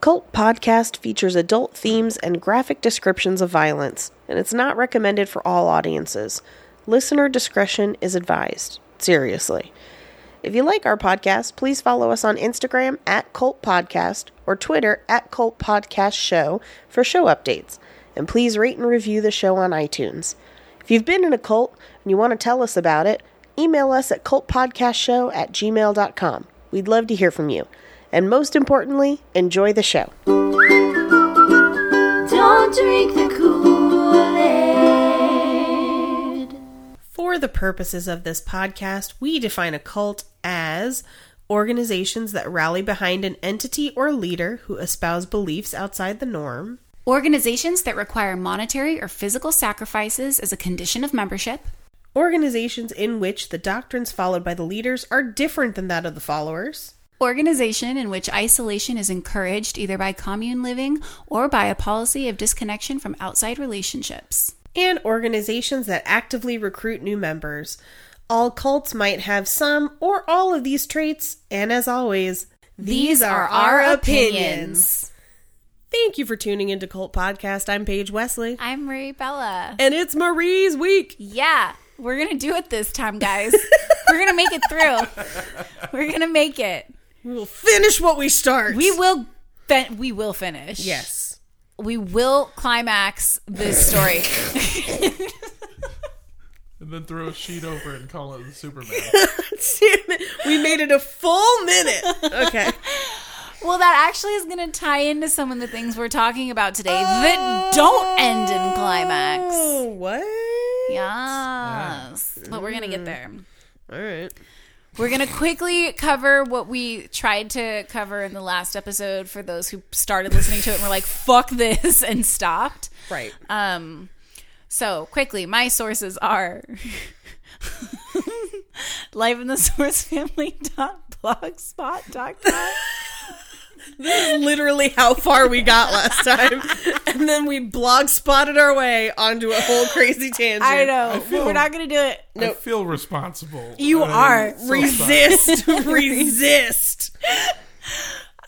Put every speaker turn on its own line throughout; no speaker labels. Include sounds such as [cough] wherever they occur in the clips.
Cult Podcast features adult themes and graphic descriptions of violence, and it's not recommended for all audiences. Listener discretion is advised. Seriously. If you like our podcast, please follow us on Instagram at Cult Podcast or Twitter at Cult Podcast Show for show updates. And please rate and review the show on iTunes. If you've been in a cult and you want to tell us about it, email us at cultpodcastshow at gmail.com. We'd love to hear from you. And most importantly, enjoy the show.
Don't drink the Kool-Aid.
For the purposes of this podcast, we define a cult as organizations that rally behind an entity or leader who espouse beliefs outside the norm,
Organizations that require monetary or physical sacrifices as a condition of membership.
organizations in which the doctrines followed by the leaders are different than that of the followers,
Organization in which isolation is encouraged either by commune living or by a policy of disconnection from outside relationships.
and organizations that actively recruit new members. All cults might have some or all of these traits, and as always, Thank you for tuning into Cult Podcast. I'm Paige Wesley.
I'm Marie Bella.
And it's Marie's week.
Yeah, we're going to do it this time, [laughs] guys. we're going to make it through. We're going to make it.
We will finish what we start.
We will fin- we will finish.
Yes.
We will climax this story.
and then throw a sheet over it and call it
[laughs]
Superman.
we made it a full minute.
[laughs]
Okay.
Well, that actually is going to tie into some of the things we're talking about today that don't end in climax.
Oh, what?
Yes. But we're going to get there.
All right.
We're going to quickly cover what we tried to cover in the last episode for those who started listening to it and were like, fuck this, and stopped.
Right.
Um, so quickly, my sources are [laughs] life in the source family dot blogspot dot com.
This is literally how far we got last time. And then we blog spotted our way onto a whole crazy tangent.
I know.
feel-
We're not going to do it.
I feel responsible.
You
I'm
are.
so
[laughs]
sorry.
Resist. resist.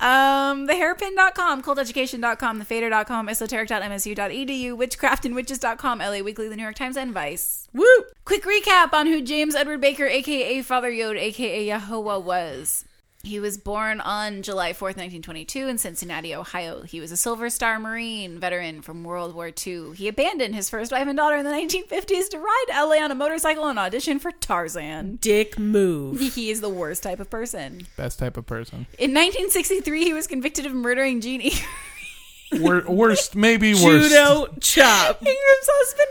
Um, thehairpin.com, coldeducation.com, thefader.com, esoteric.msu.edu, witchcraftandwitches.com, LA Weekly, The New York Times, and Vice.
Woo.
Quick recap on who James Edward Baker, aka Father Yod, aka Yahowa, was. He was born on July 4th, 1922, in Cincinnati, Ohio. He was a Silver Star Marine veteran from World War II. He abandoned his first wife and daughter in the 1950s to ride LA on a motorcycle and audition for Tarzan.
Dick move.
[laughs] He is the worst type of person.
Best type of person.
In 1963, he was convicted of murdering Jean Ingram.
Wor-
[laughs]
worst, maybe worst.
Judo chop.
Ingram's husband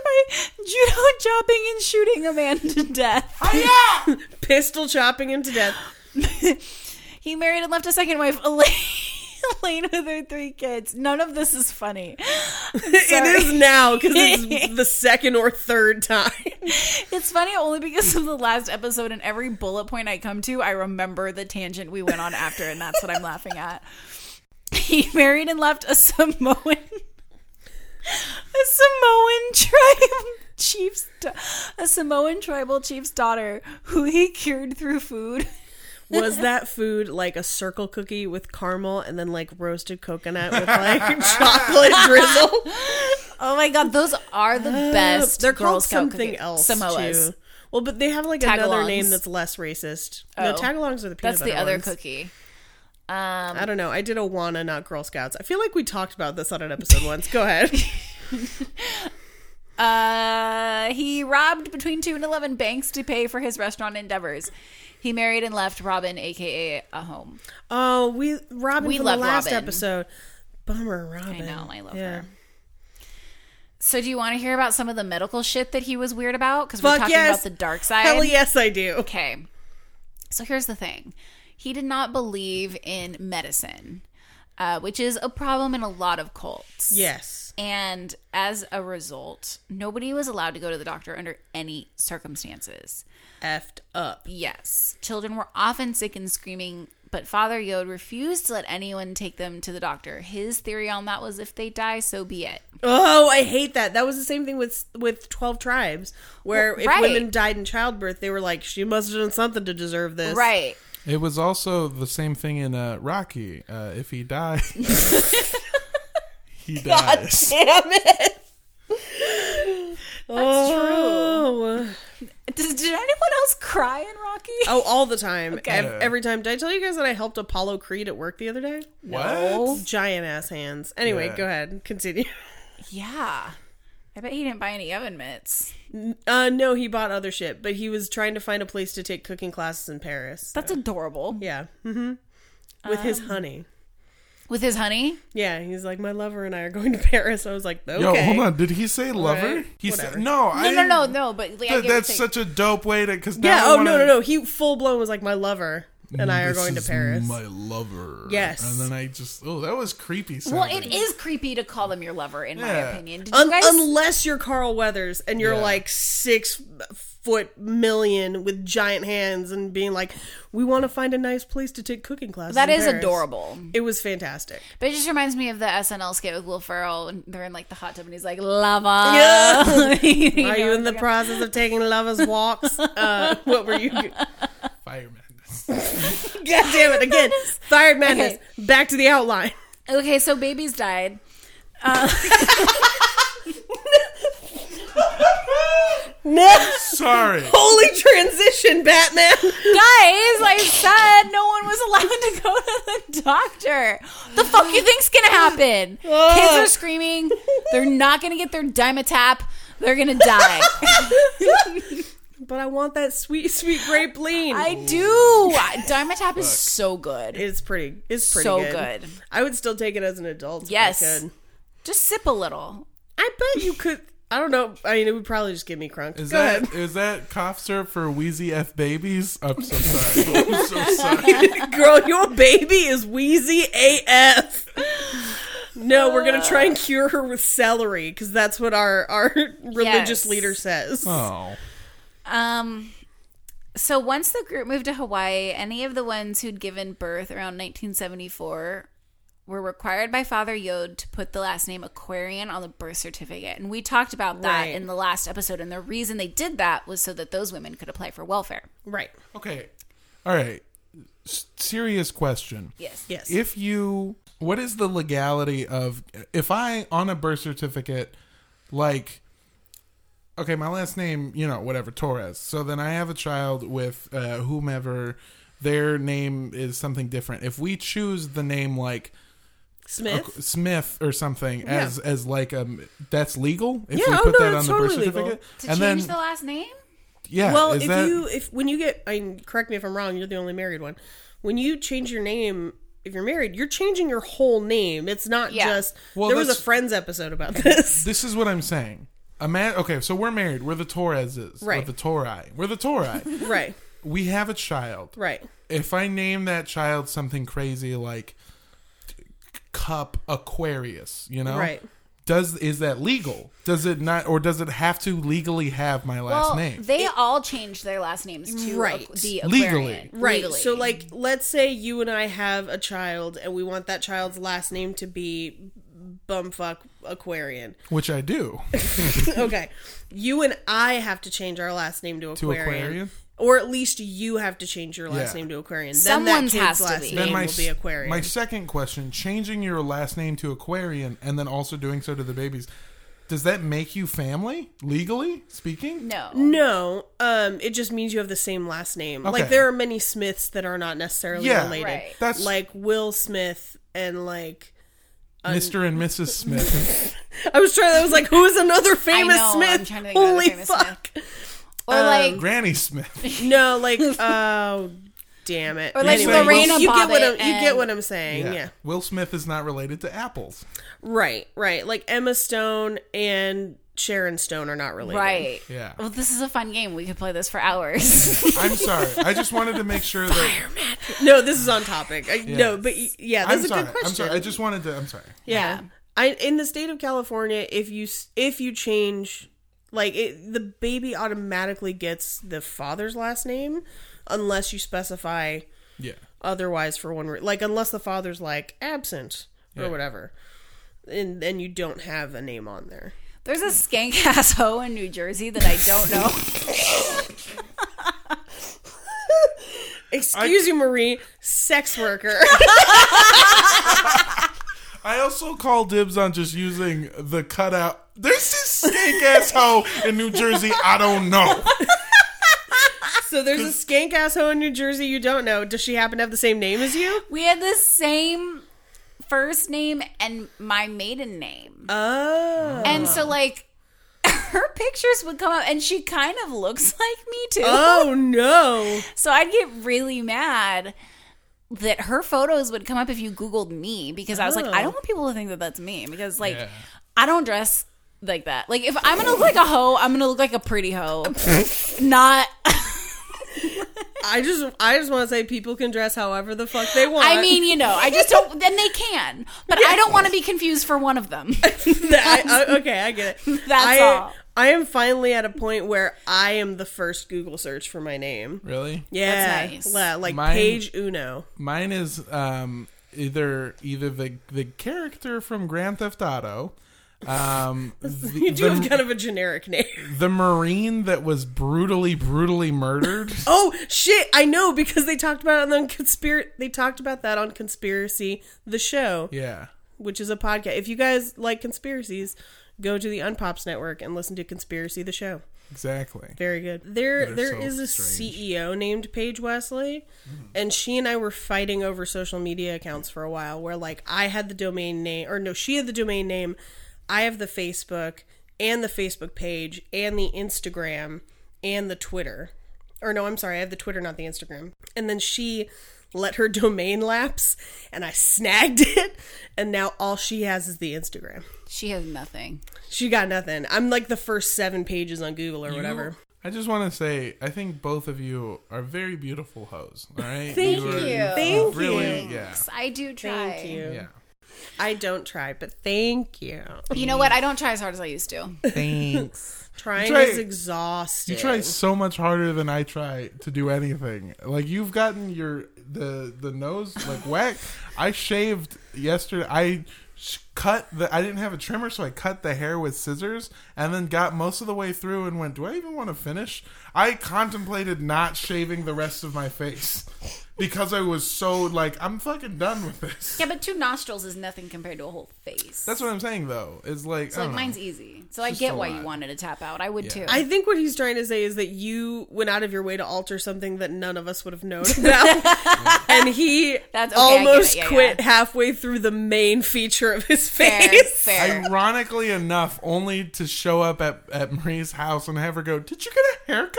by judo [laughs] chopping and shooting a man to death.
[laughs] Pistol chopping him to death.
[laughs] He married and left a second wife, [laughs] Elaine, Elaine with her three kids. None of this is funny.
It is now because
[laughs]
it's the second or third time.
It's funny only because of the last episode and every bullet point I come to, I remember the tangent we went on after, and that's what I'm laughing at. [laughs] He married and left a Samoan, [laughs] a Samoan tribe [laughs] chief's, da- a Samoan tribal chief's daughter who he cured through food.
Was that food like a circle cookie with caramel and then like roasted coconut with
[laughs]
like chocolate drizzle?
Oh my god, those are the best.
Uh, They're
Girl
called
Scout
something
cookies.
else
Samoas.
too. Well, but they have like another
Tagalongs.
name that's less racist. No,
Oh.
tagalongs are the peanut
That's the
butter
other
ones.
cookie. Um,
I don't know. I did Awana, not Girl Scouts. I feel like we talked about this on an episode once. Go
[laughs]
ahead.
Uh, he robbed between two and eleven banks to pay for his restaurant endeavors. He married and left Robin, aka a home.
Oh, we Robin
We
from
love
the last
Robin.
episode. Bummer, Robin.
I know, I love
Yeah.
her. So, do you want to hear about some of the medical shit that he was weird about? Because we're
Fuck
talking
yes.
about the dark side.
Hell yes, I do.
Okay. So here's the thing. He did not believe in medicine, uh, which is a problem in a lot of cults.
Yes.
And as a result, nobody was allowed to go to the doctor under any circumstances.
Effed up.
Yes. Children were often sick and screaming, but Father Yod refused to let anyone take them to the doctor. His theory on that was if they die, so be it.
Oh, I hate that. That was the same thing with with Twelve Tribes, where
Well,
if
right.
women died in childbirth, they were like, "She must have done something to deserve this."
Right.
It was also the same thing in uh, Rocky. Uh, if
[laughs]
he dies, he
[laughs]
dies.
Damn it. oh.
Does, did anyone else cry in
[laughs]
Rocky? [laughs]
Oh, all the time.
Okay.
Ev- every time. Did I tell you guys that I helped Apollo Creed at work the other day?
What?
Giant ass hands. Anyway,
Yeah.
go ahead. Continue.
Yeah. I bet he didn't buy any oven mitts.
[laughs] Uh, no, he bought other shit, but he was trying to find a place to take cooking classes in Paris.
That's adorable.
Yeah. hmm With his honey.
With his honey?
Yeah, he's like, my lover and I are going to [laughs] Paris. I was like, okay.
Yo, hold on. Did he say lover?
right.
He
Whatever.
said no.
No,
I
no, no,
didn't-
no. But like, I get what
That,
you're
that's
saying.
such a dope way to. Cause
Yeah,
now I
oh,
wanna,
no, no, no. He full blown was like, my lover and I are
This
going to
is
Paris.
My lover.
Yes.
And then I just oh, that was creepy. Sounding.
Well, it is creepy to call them your lover, in my
Yeah.
opinion. Did you
Un-
guys?
unless you're Carl Weathers and you're
Yeah.
like six foot million with giant hands and being like, we want to find a nice place to take cooking classes.
that
in
is
Paris."
adorable.
It was
[laughs]
fantastic.
But it just reminds me of the SNL skit with Will Ferrell, and they're in like the hot tub, and he's like, "Lava."
Yeah.
[laughs] You
Uh, Are
know,
you in the
like,
process of taking
[laughs]
lovers walks? Uh, what were you? God
fireman. [laughs]
damn it! Again, fired madness. Back to the outline.
Okay, so babies died.
No,
Sorry.
[laughs] holy transition, Batman.
Guys, I said no one was allowed to go to the doctor. The fuck you think's gonna happen? Kids are screaming. They're not gonna get their dimetap. They're gonna die.
But I want that sweet, sweet grape lean.
I do. Dimetap is so good.
it's pretty. It's pretty
So
good.
good.
I would still take it as an adult. if I
Yes.
could.
Just sip a little.
I bet you could. I don't know. I mean, it would probably just give me crunk.
Is
Go
that is
ahead. [laughs]
that cough syrup for wheezy f babies? I'm
[laughs]
so sorry. I'm so sorry.
Girl, your baby is wheezy AF. No, we're gonna try and cure her with celery because that's what our our [laughs] religious
Yes.
leader says.
Oh,
Um, so once the group moved to Hawaii, any of the ones who'd given birth around 1974 were required by Father Yod to put the last name Aquarian on the birth certificate. And we talked about that
Right.
in the last episode. And the reason they did that was so that those women could apply for welfare.
Right?
okay. All right. S- serious question.
Yes.
Yes.
If you, what is the legality of if I on a birth certificate, like, okay, my last name, you know, whatever Torres. So then I have a child with uh, whomever. Their name is something different. If we choose the name like
Smith.
Smith or something as as like um that's legal if
Yeah,
we
oh,
put
no,
that on
that's
the birth
totally legal.
certificate
To
and then
change the last name?
yeah
Well,
is
if
that-
you if when you get, I mean, correct me if I'm wrong. You're the only married one. When you change your name, if you're married, you're changing your whole name. It's not
Yeah.
just.
Well,
there was a
that's-
Friends episode about
[laughs]
this.
this is what I'm saying. Ima- okay, so we're married. We're the Torreses.
Right.
We're the Torri. We're
[laughs]
the Torri.
right.
we have a child.
Right.
If I name that child something crazy like Cup Aquarius, you know,
Right.
Does is that legal? Does it not, or does it have to legally have my last
Well,
name?
they all changed their last names to
Right.
Aqu- the
Legally.
Aquarian.
Right.
Legally.
So, like, let's say you and I have a child, and we want that child's last name to be bumfuck
[laughs]
Aquarian.
Which I do.
okay. You and I have to change our last name to Aquarian.
Aquarian?
Or at least you have to change your last
Yeah.
name to Aquarian. Then
Someone's
that kid's
has to
last
be.
name
Then my
will be
s-
Aquarian.
My second question: changing your last name to Aquarian and then also doing so to the babies, does that make you family legally speaking?
no.
no, um, it just means you have the same last name. Like
Okay.
there are many Smiths that are not necessarily
Yeah,
related.
Right.
that's-
like Will Smith and like
Mr.
Uh,
and
[laughs]
Mrs. Smith.
I was trying. I was like, who is another famous
know, I'm
Smith?
trying to think of another
Holy
famous Smith.
fuck!
Or like
Granny Smith.
No, like oh, damn it.
Or like
Anyway,
Lorena
you get what I'm,
Bobbitt
you get
and-
what I'm saying. [laughs] Yeah.
Will Smith is not related to apples.
right, right. Like Emma Stone and Sharon Stone are not related.
Right.
Yeah.
Well, this is a fun game. We could play this
[laughs]
for hours.
I'm sorry. I just wanted to make sure that
No, this is on topic. I, No, but y- yeah,
I'm
that's a
sorry.
good question.
I'm sorry. I just wanted to I'm sorry.
yeah. I in the state of California, if you s- if you change. Like it, the baby automatically gets the father's last name, unless you specify
Yeah.
otherwise for one reason. Like unless the father's like absent or
Yeah.
whatever, and then you don't have a name on there.
There's a skank [laughs] ass hoe in New Jersey that I don't know.
Excuse you, Marie, sex worker. [laughs]
I also call dibs on just using the cutout. There's this snake asshole in New Jersey. I don't know.
so there's a skank asshole in New Jersey you don't know. Does she happen to have the same name as you?
We had the same first name and my maiden name.
Oh.
And so like [laughs] her pictures would come up and she kind of looks [laughs] like me too.
Oh no.
So I'd get really mad that her photos would come up if you googled me because I was like I don't want people to think that that's me because like
Yeah.
I don't dress like that. Like if I'm going to look like a hoe, I'm going to look like a pretty hoe. Not
I just I just want to say people can dress however the fuck they want.
I mean, you know, I just don't then they can. But I don't want to be confused for one of [laughs] them.
[laughs] I, I- okay, I get it.
[laughs] That's
I,
all.
I am finally at a point where I am the first Google search for my name.
Really?
Yeah,
That's nice.
la- like
Mine-
page Uno.
Mine is um, either either the the character from Grand Theft Auto,
[laughs]
um, the,
You do
the-
have kind of a generic
[laughs]
name.
the marine that was brutally brutally murdered. [laughs]
Oh shit! I know because they talked about it on conspiracy. They talked about that on conspiracy, the show,
yeah.
which is a podcast. If you guys like conspiracies, go to the Unpops Network and listen to Conspiracy, the show.
Exactly.
Very good. There,
They're
there
so
is a
strange.
CEO named Paige Wesley, and she and I were fighting over social media accounts for a while. Where like I had the domain name, or no, she had the domain name. I have the Facebook and the Facebook page and the Instagram and the Twitter. Or no, I'm sorry, I have the Twitter, not the Instagram. And then she let her [laughs] domain lapse, and I snagged it, and now all she has is the Instagram.
she has nothing.
She got nothing. I'm like the first seven pages on Google or whatever.
I just want to say, I think both of you are very beautiful hoes. All right.
Thank
are-
you.
are
Thank
really, Yeah.
I do try.
Thank you.
Yeah.
I don't try, but thank you.
You know what? I don't try as hard as I used to.
Thanks.
Trying
try-
is
You
exhausting.
try so much harder than I try to do anything. Like you've gotten your the the nose like [laughs] whack. I shaved yesterday. I sh- cut the. I didn't have a trimmer, so I cut the hair with scissors, and then got most of the way through and went, "Do I even want to finish?" I contemplated not shaving the rest of my face because I was so like, "I'm fucking done with this."
Yeah, but two nostrils is nothing compared to a whole face.
That's what I'm saying though. It's like,
so
I
like
don't know.
mine's easy. So I
just
get
a
why
lot.
you wanted to tap out. I would too.
I think what he's trying to say is that you went out of your way to alter something that none of us would have known
[laughs]
about, and he
That's- okay, I get it.
almost
Yeah,
quit
yeah.
halfway through the main feature of his
fair,
[laughs]
face.
fair.
Ironically enough, only to show up at, at Marie's house and have her go, Did you get a
[laughs]
haircut?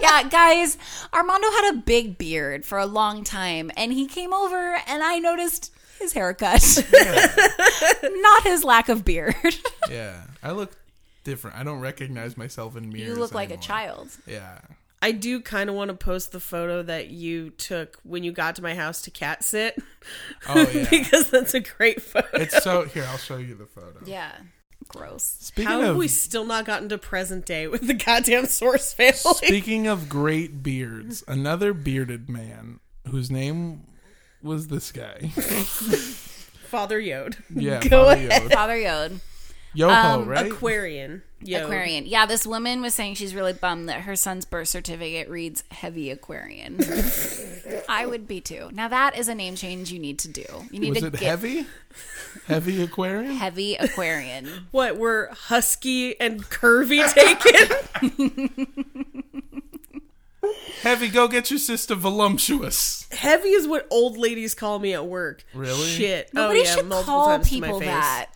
yeah, guys, Armando had a big beard for a long time, and he came over, and I noticed his haircut, [laughs] not his lack of beard.
yeah. I look different. I don't recognize myself in mirrors.
you look like a
anymore.
child.
Yeah.
I do kind of want to post the photo that you took when you got to my house to cat sit [laughs]
Oh,
[laughs]
yeah.
because that's a great photo.
it's so. Here, I'll show you the photo.
Yeah, gross.
Speaking
How have
of.
we still not gotten to present day with the goddamn source family?
Speaking of great beards, another bearded man whose name was
[laughs]
this guy.
[laughs] Father Yod.
Yeah,
Go
Bobby Yod.
Father Yod.
Yoho,
Um,
right?
Aquarian. [laughs] Yod.
Aquarian. Yeah, this woman was saying she's really bummed that her son's birth certificate reads
[laughs]
heavy Aquarian. I would be too. Now that is a name change you need to do. You need
was
to
it
get
heavy? heavy
[laughs]
aquarium?
[laughs]
heavy Aquarian.
What were husky and curvy [laughs] taken?
Heavy, go get your sister voluptuous.
Heavy is what old ladies call me at work.
Really?
Shit.
Nobody
oh yeah,
should
multiple
call
times to my
people
face.
that.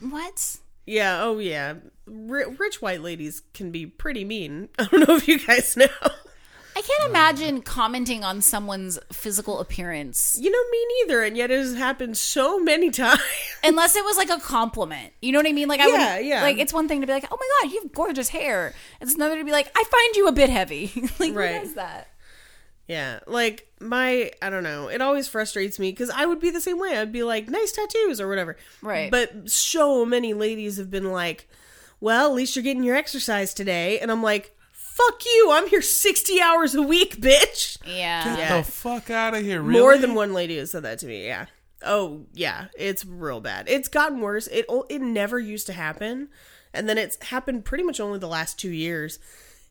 What?
Yeah. Oh yeah. Ri rich white ladies can be pretty mean. [laughs] I don't know if you guys know. [laughs]
I can't imagine commenting on someone's physical appearance
You know me neither, and yet it has happened so many [laughs] times.
unless it was like a compliment. You know what I mean? Like I
Yeah,
would,
yeah.
Like it's one thing to be like, "Oh my god, you have gorgeous hair." It's another to be like, "I find you a bit heavy." [laughs] like
Right.
what is that?
Yeah, like my I don't know. It always frustrates me because I would be the same way. I'd be like, nice tattoos or whatever.
Right.
But so many ladies have been like, well, at least you're getting your exercise today, and I'm like, fuck you. I'm here sixty hours a week, bitch.
Yeah.
Get
Yeah.
the fuck out of here, really?
More than one lady has said that to me. Yeah. Oh yeah, it's real bad. It's gotten worse. It o- it never used to happen, and then it's happened pretty much only the last two years.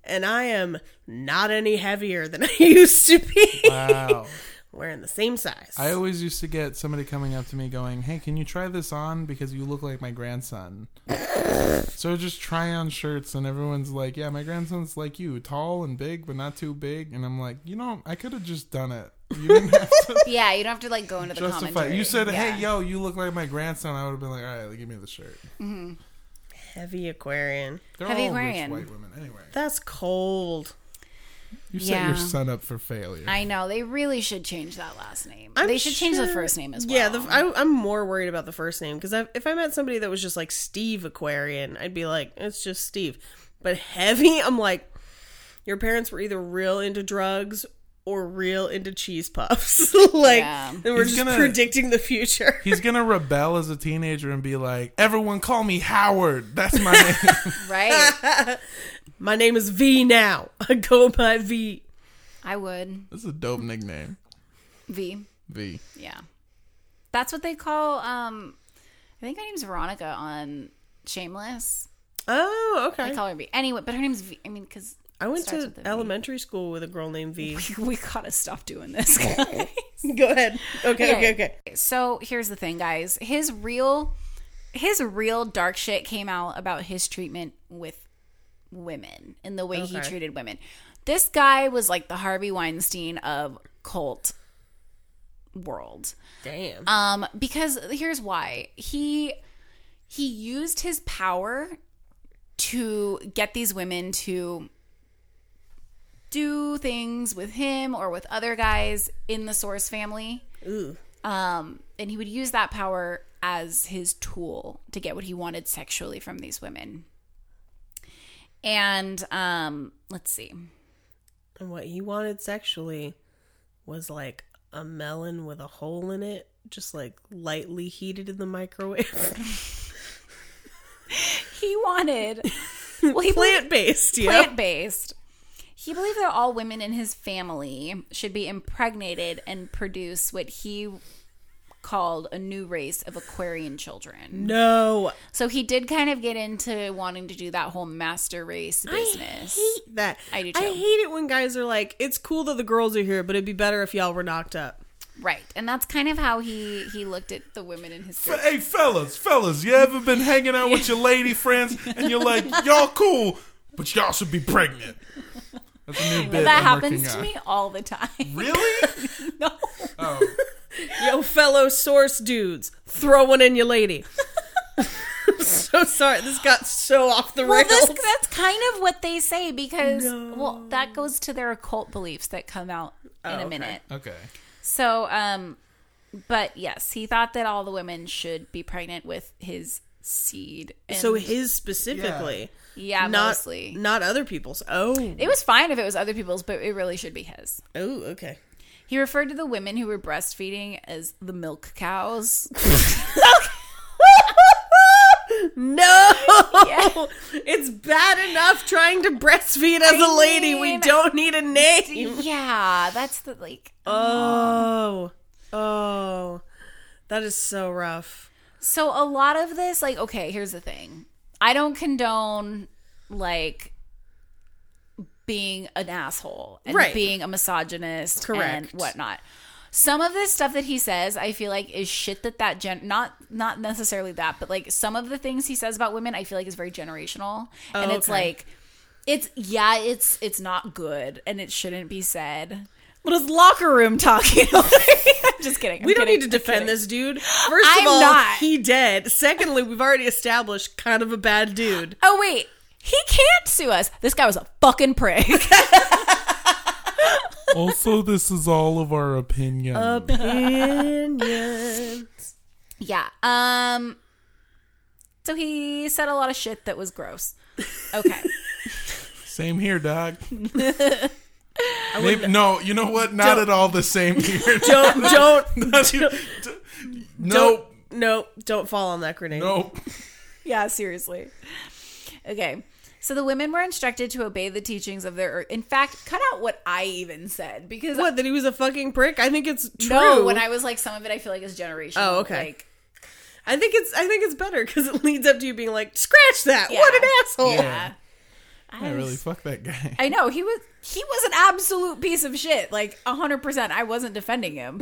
and I am not any heavier than I [laughs] used to be.
Wow.
We're in the same size.
I always used to get somebody coming up to me going, "Hey, can you try this on because you look like my grandson." so I just try on shirts, and everyone's like, "Yeah, my grandson's like you, tall and big, but not too big." And I'm like, you know, I could have just done it. You didn't have to
Yeah, you don't have to like go into the
justify.
commentary.
You said,
Yeah.
"Hey, yo, you look like my grandson." I would have been like, "All right, give me the shirt."
Heavy Aquarian.
They're
Heavy
all rich
Aquarian.
white women anyway.
That's cold.
You set
Yeah.
your son up for failure.
I know they really should change that last name.
I'm
they should change the
sure-
first name as well.
Yeah, the, I, I'm more worried about the first name because if I met somebody that was just like Steve Aquarian, I'd be like, it's just Steve. But heavy, [laughs] I'm like, your parents were either real into drugs or real into cheese puffs. [laughs] like,
Yeah.
and we're
He's
just
gonna-
predicting the future.
He's gonna rebel as a teenager and be like, "Everyone call me Howard. That's my name."
[laughs]
[laughs]
right?
My name is V now. [laughs] I go by V.
I would
That's a dope nickname.
V.
V.
Yeah, that's what they call. Um, I think her name's Veronica on Shameless.
Oh, okay.
They call her V. Anyway, but her name's V. I mean, because
I went
starts
to
with a V.
elementary school with a girl named V.
[laughs]
[laughs]
we gotta stop doing this. [laughs] guys.
go ahead. Okay, okay,
Okay.
okay.
so here's the thing, guys. His real, his real dark shit came out about his treatment with women and the way he
Okay.
treated women. This guy was like the Harvey Weinstein of cult world.
Damn.
Um, because here's why he he used his power to get these women to do things with him or with other guys in the Source family.
Ooh.
Um, and he would use that power as his tool to get what he wanted sexually from these women. And um, let's see.
And what he wanted sexually was like a melon with a hole in it, just like lightly heated in the microwave.
He wanted [laughs] well he believed-
plant based, yeah.
plant based. He believed that all women in his family should be impregnated and produce what he called a new race of Aquarian children.
No.
So he did kind of get into wanting to do that whole master race business.
I hate that.
I do
I
too.
hate it when guys are like, it's cool that the girls are here, but it'd be better if y'all were knocked up.
Right. And that's kind of how he he looked at the women in his group.
Hey fellas, fellas, you ever been hanging out with your lady friends and you're like, y'all cool, but y'all should be pregnant. That's a new bit.
That
I'm
happens
working
to
on.
me [laughs] all the
[laughs]
time.
Really?
No.
Oh,
Yo, fellow source dudes, throw one in your
[laughs]
lady. [laughs] I'm so sorry. This got so off the
Well,
rails.
this, that's kind of what they say because well, that goes to their occult beliefs that come out in a minute.
Oh, okay.
So, um, but yes, he thought that all the women should be pregnant with his seed. And
so his specifically,
yeah,
not
mostly.
not other people's. Oh,
It was fine if it was other people's, but it really should be his.
oh, okay.
He referred to the women who were breastfeeding as the milk cows.
No, [laughs] it's bad enough trying to breastfeed as a lady. we
mean-
don't need a name.
[laughs] yeah, that's the like.
Oh, oh, that is so rough.
So a lot of this, like, okay, here's the thing. I don't condone like being an asshole and
Right.
being a misogynist and
Correct.
whatnot. Some of this stuff that he says, I feel like is shit that that gen not not necessarily that, but like some of the things he says about women, I feel like is very generational, and it's
Oh, okay.
like it's yeah, it's it's not good and it shouldn't be said. But it's locker
[laughs]
room talking. I'm just kidding. [laughs] I'm
We don't
kidding.
need to
I'm
defend
kidding.
this dude. First
I'm
of all,
not.
he dead. Secondly, we've already established kind of a bad
[laughs]
dude.
Oh wait, he can't sue us. This guy was a fucking prick.
[laughs]
Also, this is all of our opinion.
Opinions.
yeah. Um. So he said a lot of shit that was gross.
[laughs]
Okay.
Same
[laughs]
here, dog. Maybe, no, you know what? Not at all the
[laughs]
same here. [laughs]
don't don't
nope.
no don't fall on that grenade.
Nope.
yeah. Seriously. Okay. So the women were instructed to obey the teachings of their. In fact, cut out what I even said because
What that he was a fucking prick? I think it's true.
no, when I was like some of it, I feel like is generational.
Oh, okay.
Like,
I think it's I think it's better because it leads up to you being like, scratch that.
Yeah.
What an asshole.
Yeah. I really fuck that guy.
I know he was he was an absolute piece of shit. Like hundred percent, I wasn't
[laughs]
defending him.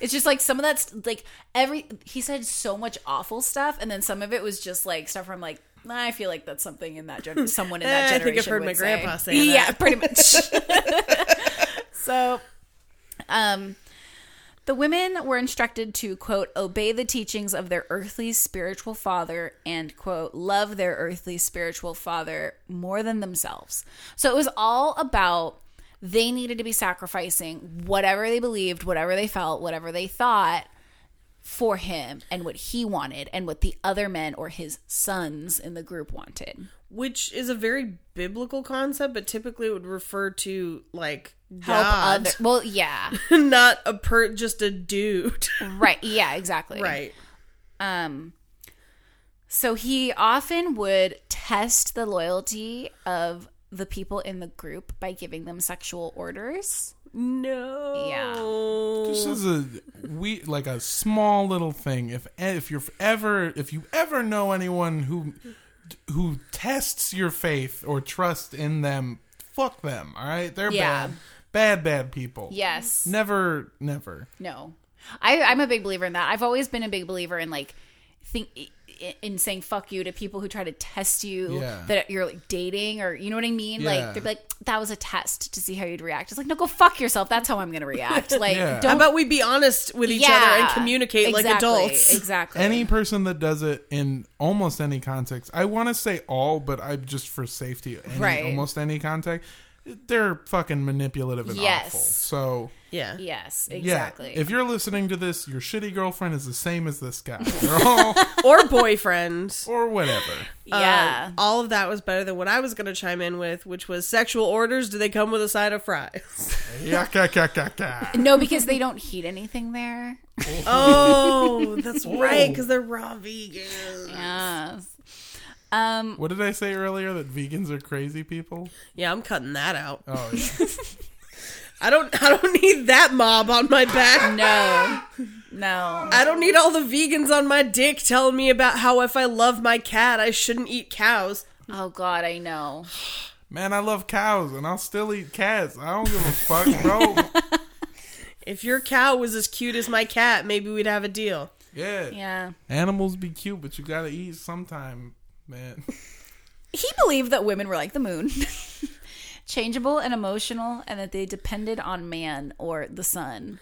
It's just like some of that's like every he said so much awful stuff, and then some of it was just like stuff from like "Nah, I feel like that's something in that gen- someone in that
[laughs] Eh, I
generation.
think I've heard
would
my grandpa say that.
Yeah, pretty much.
[laughs]
[laughs] so, um. The women were instructed to, quote, obey the teachings of their earthly spiritual father and, quote, love their earthly spiritual father more than themselves. So it was all about they needed to be sacrificing whatever they believed, whatever they felt, whatever they thought for him and what he wanted and what the other men or his sons in the group wanted.
which is a very biblical concept, but typically it would refer to like
Help
God,
other. Well, yeah.
[laughs] not a per, just a dude,
[laughs] right. Yeah, exactly.
right?
Um, so he often would test the loyalty of the people in the group by giving them sexual orders.
No,
This is a we like a small little thing. If e, if you're ever if you ever know anyone who who tests your faith or trust in them, fuck them. All right, they're
Yeah.
bad, bad, bad people.
Yes.
never, never.
No. I, I'm a big believer in that. I've always been a big believer in like think in saying fuck you to people who try to test you
Yeah.
that you're like dating or you know what I mean?
Yeah.
Like they're like that was a test to see how you'd react. It's like no go fuck yourself. That's how I'm going to
[laughs]
react. Like
Yeah.
How
don't
about we be honest with each other and
Yeah.
communicate like
Exactly.
adults?
Exactly.
Any person that does it in almost any context, I want to say all, but I just for safety, any,
Right.
almost any context, they're fucking manipulative and
Yes.
awful. So
[laughs] Yeah,
Yes,
yeah,
exactly.
if you're listening to this, your shitty girlfriend is the same as this guy. They're all
[laughs]
or boyfriend.
or whatever.
yeah.
Uh, all of that was better than what I was going to chime in with, which was sexual orders. Do they come with a side of fries?
Yuck, yuck, yuck, yuck, yuck.
no, because they don't heat anything there.
[laughs] oh, that's right, because they're raw vegan.
Yes. Um,
What did I say earlier? That vegans are crazy people?
Yeah, I'm cutting that out.
Oh,
[laughs]
yeah.
I don't. [laughs] I don't need that mob on my back.
[laughs] no. No.
I don't need all the vegans on my dick telling me about how if I love my cat, I shouldn't eat cows.
Oh god, I know.
Man, I love cows and I'll still eat cats. I don't give a
[laughs]
fuck, bro.
If your cow was as cute as my cat, maybe we'd have a deal.
Yeah.
Yeah.
Animals be cute, but you gotta eat sometime, man.
He believed that women were like the moon. [laughs] Changeable and emotional and that they depended on man or the sun.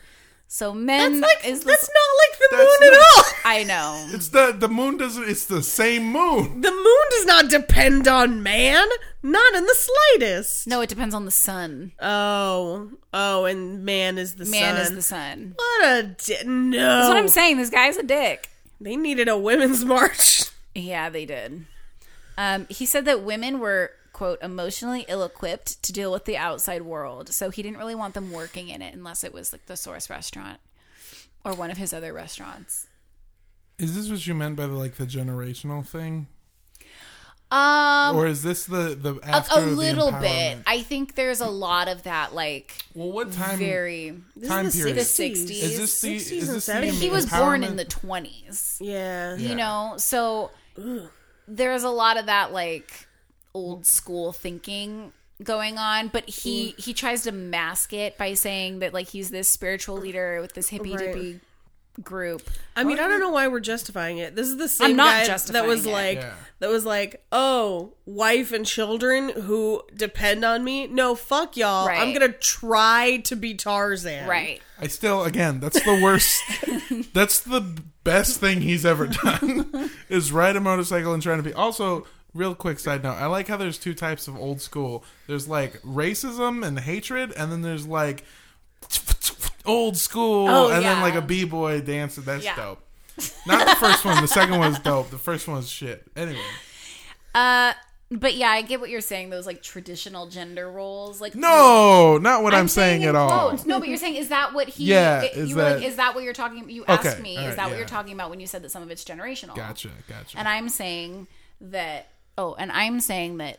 So men is the
That's not like the
That's
moon at
not-
all. [laughs]
I know.
It's the the moon doesn't. It's the same moon.
The moon does not depend on man, not in the slightest.
No, it depends on the sun.
Oh, oh, and man is the
Man
sun.
is the sun. Oh.
What a di- no!
That's what I'm saying. This guy's a dick.
They needed a women's [laughs] march.
Yeah, they did. Um, he said that women were, quote, emotionally ill equipped to deal with the outside world. So he didn't really want them working in it unless it was like the source restaurant or one of his other restaurants.
Is this what you meant by the, like the generational thing,
Um,
or is this the the
a,
after
a
the
little bit.
empowerment?
I think there's a lot of that, like,
Well, what time
very.
time
is the
period?
The 60s.
Is this the is
60s and
this the
70s.
But he was born in the
empowerment?
20s,
Yeah.
Yeah.
you know? So there's a lot of that, like, old school thinking going on but he
Mm.
he tries to mask it by saying that like he's this spiritual leader with this hippy dippy group
I mean, I don't know why we're justifying it. This is the same
I'm not
guy that
justifying
was
it.
like
Yeah.
that was like, "Oh, wife and children who depend on me? No, fuck y'all. all I'm
Right.
going to try to be Tarzan."
right
I still again. That's the worst.
[laughs]
that's the best thing he's
[laughs]
ever done is ride a motorcycle and trying to be. Also, real quick side note. I like how there's two types of old school. There's like racism and hatred, and then there's like old school,
Oh,
and then
yeah.
like a b boy dance. And that's
Yeah.
dope. Not the first one. The second one is dope. The first one is shit. Anyway,
uh but yeah i get what you're saying those like traditional gender roles like
no, not what I'm, saying,
in
at all.
quotes. No, but you're saying is that what he?
[laughs] Yeah,
it-
is
you were like,
that-
is that what you're talking? You
Okay,
asked me,
all right,
is that
yeah.
what you're talking about when you said that some of it's generational?
Gotcha, gotcha.
And I'm saying that. Oh, and I'm saying that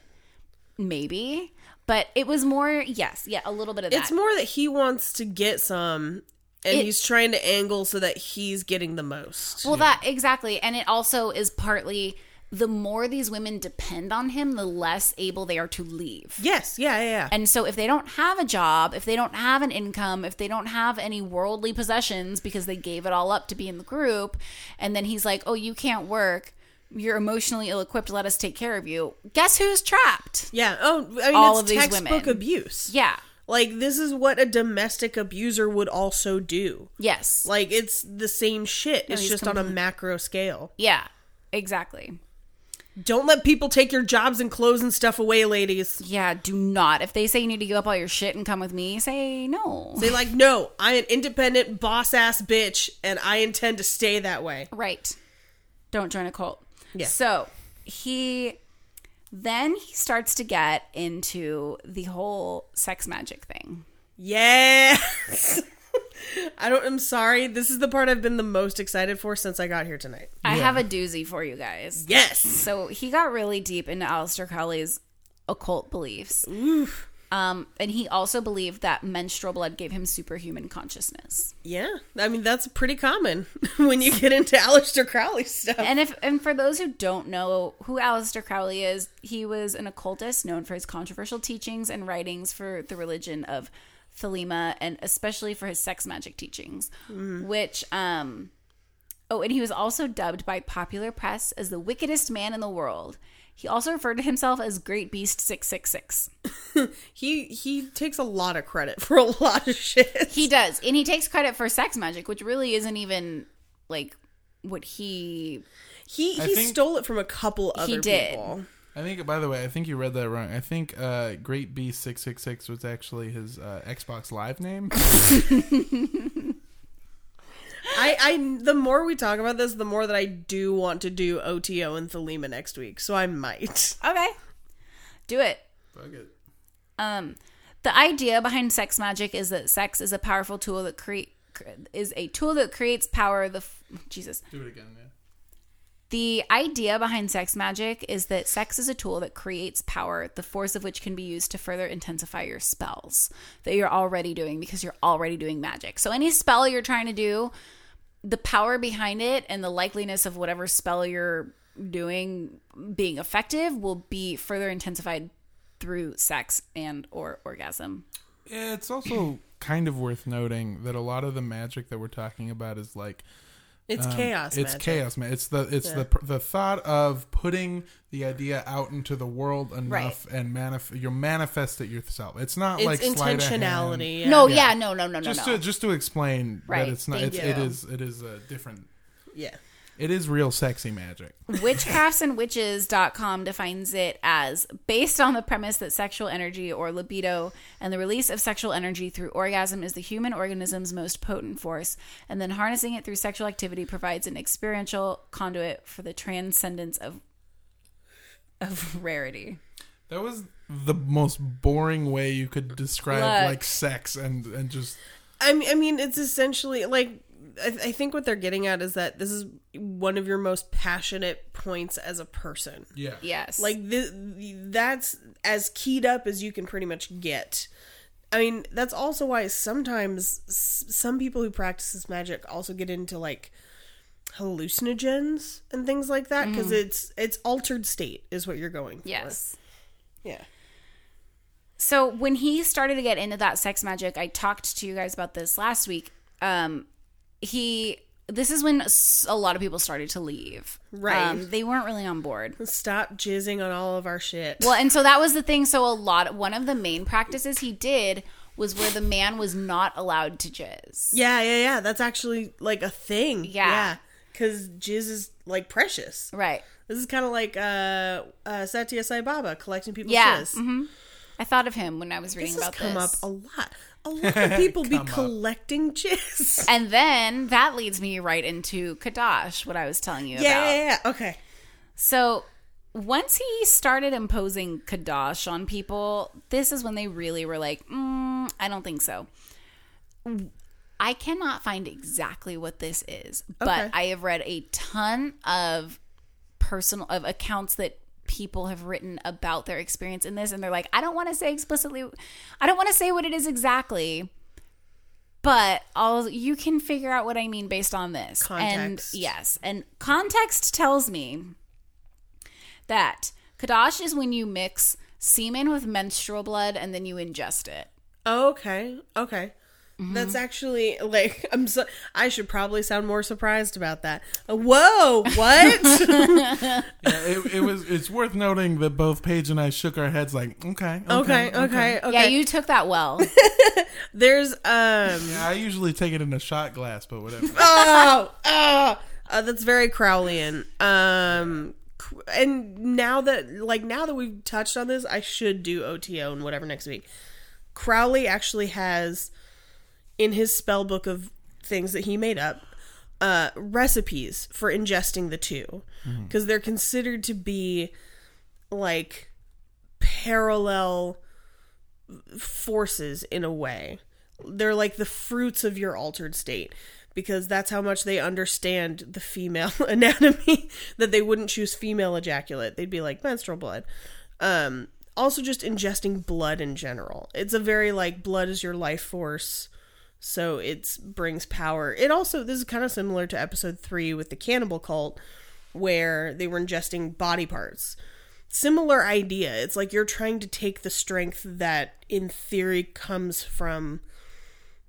maybe, but it was more. Yes, yeah, a little bit of that.
It's more that he wants to get some and
It-
he's trying to angle so that he's getting the most.
Well, that exactly, and it also is partly the more these women depend on him, the less able they are to leave.
Yes, yeah, yeah, yeah.
And so if they don't have a job, if they don't have an income, if they don't have any worldly possessions because they gave it all up to be in the group, and then he's like, "Oh, you can't work. You're emotionally ill-equipped. Let us take care of you." Guess who's trapped?
yeah. Oh, I mean,
All
it's
of these
textbook
women.
abuse.
Yeah.
Like this is what a domestic abuser would also do.
Yes.
Like it's the same shit. it's
he's
just on a macro scale.
yeah. Exactly.
Don't let people take your jobs and clothes and stuff away, ladies.
Yeah, do not. If they say you need to give up all your shit and come with me, say no.
They like, no, I an independent boss ass bitch, and I intend to stay that way.
Right. Don't join a cult.
Yeah.
So he then he starts to get into the whole sex magic thing.
Yes. [laughs] I don't. I'm sorry. This is the part I've been the most excited for since I got here tonight.
I have a doozy for you guys.
Yes.
So he got really deep into Aleister Crowley's occult beliefs. Um, and he also believed that menstrual blood gave him superhuman consciousness.
Yeah. I mean, that's pretty common [laughs] when you get into Aleister Crowley stuff.
And if and for those who don't know who Aleister Crowley is, he was an occultist known for his controversial teachings and writings for the religion of Thelema and especially for his sex magic teachings, which um oh, and he was also dubbed by popular press as the wickedest man in the world. He also referred to himself as Great Beast 666.
He he takes a lot of credit for a lot of shit.
He does. And he takes credit for sex magic, which really isn't even like what he
He
I
he
think-
stole it from a couple other
did.
people.
I think, by the way, I think you read that wrong. I think uh, Great B six six six was actually his uh, Xbox
[laughs]
Live name.
I I the more we talk about this, the more that I do want to do OTO and Thelema next week. So I might. [laughs]
Okay. Do it.
Fuck it.
Um, the idea behind sex magic is that sex is a powerful tool that create is a tool that creates power. The f- Jesus.
Do it again, man.
The idea behind sex magic is that sex is a tool that creates power, the force of which can be used to further intensify your spells that you're already doing because you're already doing magic. So any spell you're trying to do, the power behind it and the likeliness of whatever spell you're doing being effective will be further intensified through sex and or orgasm.
It's also kind of worth noting that a lot of the magic that we're talking about is like
It's chaos.
Um, it's
magic.
chaos man it's the it's the pr- the thought of putting the idea out into the world enough and manif- you manifest it yourself it's not
It's
like sleight of hand.
intentionality. Yeah.
No, yeah, no, no, no, no,
just
no.
to [laughs] just to explain
Right,
that it's not
thank
it's, it
you.
is it is a different
Yeah.
it is real sexy magic
witchcraftsandwitches.com defines it as based on the premise that sexual energy or libido and the release of sexual energy through orgasm is the human organism's most potent force and then harnessing it through sexual activity provides an experiential conduit for the transcendence of of rarity
that was the most boring way you could describe
Look.
like sex and and just
I mean, I mean, it's essentially like I, I think what they're getting at is that this is one of your most passionate points as a person.
yeah
yes
Like th- that's as keyed up as you can pretty much get. I mean, that's also why sometimes s- some people who practice this magic also get into like hallucinogens and things like that because it's it's altered state is what you're going for.
Mm. yes
Yeah.
So when he started to get into that sex magic, I talked to you guys about this last week. Um, he this is when s- a lot of people started to leave.
Right.
Um, they weren't really on board.
Stop jizzing on all of our shit.
Well, and so that was the thing. So a lot one of the main practices he did was where the man was not allowed to jizz.
Yeah, yeah, yeah. That's actually like a thing.
Yeah.
Because jizz is like precious.
Right.
This is kind of like uh, uh, Satya Sai Baba collecting people's
Yeah.
jizz.
hmm I thought of him when I was reading
This has
about
come
this.
up a lot.
[laughs]
A lot of people be collecting jizz.
and then that leads me right into Kadash, what I was telling you
yeah,
about.
yeah, yeah. Okay.
So once he started imposing Kadash on people, this is when they really were like, mm, I don't think so. I cannot find exactly what this is, but
Okay.
I have read a ton of personal of accounts that people have written about their experience in this and they're like, I don't want to say explicitly I don't want to say what it is exactly, but I'll you can figure out what I mean based on this.
Context.
And yes, and context tells me that Kadash is when you mix semen with menstrual blood and then you ingest it.
Oh, okay. Okay.
Mm-hmm.
That's actually like I'm so I should probably sound more surprised about that. Uh, Whoa,
[laughs]
what? [laughs]
Yeah, it, it was. It's worth noting that both Paige and I shook our heads like, okay,
okay,
okay,
okay, okay.
Yeah, you took that well.
There's um
Yeah, I usually take it in a shot glass, but whatever.
[laughs]
[laughs] oh, oh, uh, that's very Crowleyan. Um, c- and now that like now that we've touched on this, I should do OTO and whatever next week. Crowley actually has in his spell book of things that he made up uh, recipes for ingesting the two because they're considered to be like parallel forces in a way. They're like the fruits of your altered state because that's how much they understand the female [laughs] anatomy that they wouldn't choose female ejaculate. They'd be like menstrual blood. Um also just ingesting blood in general. It's a very like blood is your life force. So it brings power. It also this is kind of similar to episode 3 with the cannibal cult where they were ingesting body parts similar idea. It's like you're trying to take the strength that in theory comes from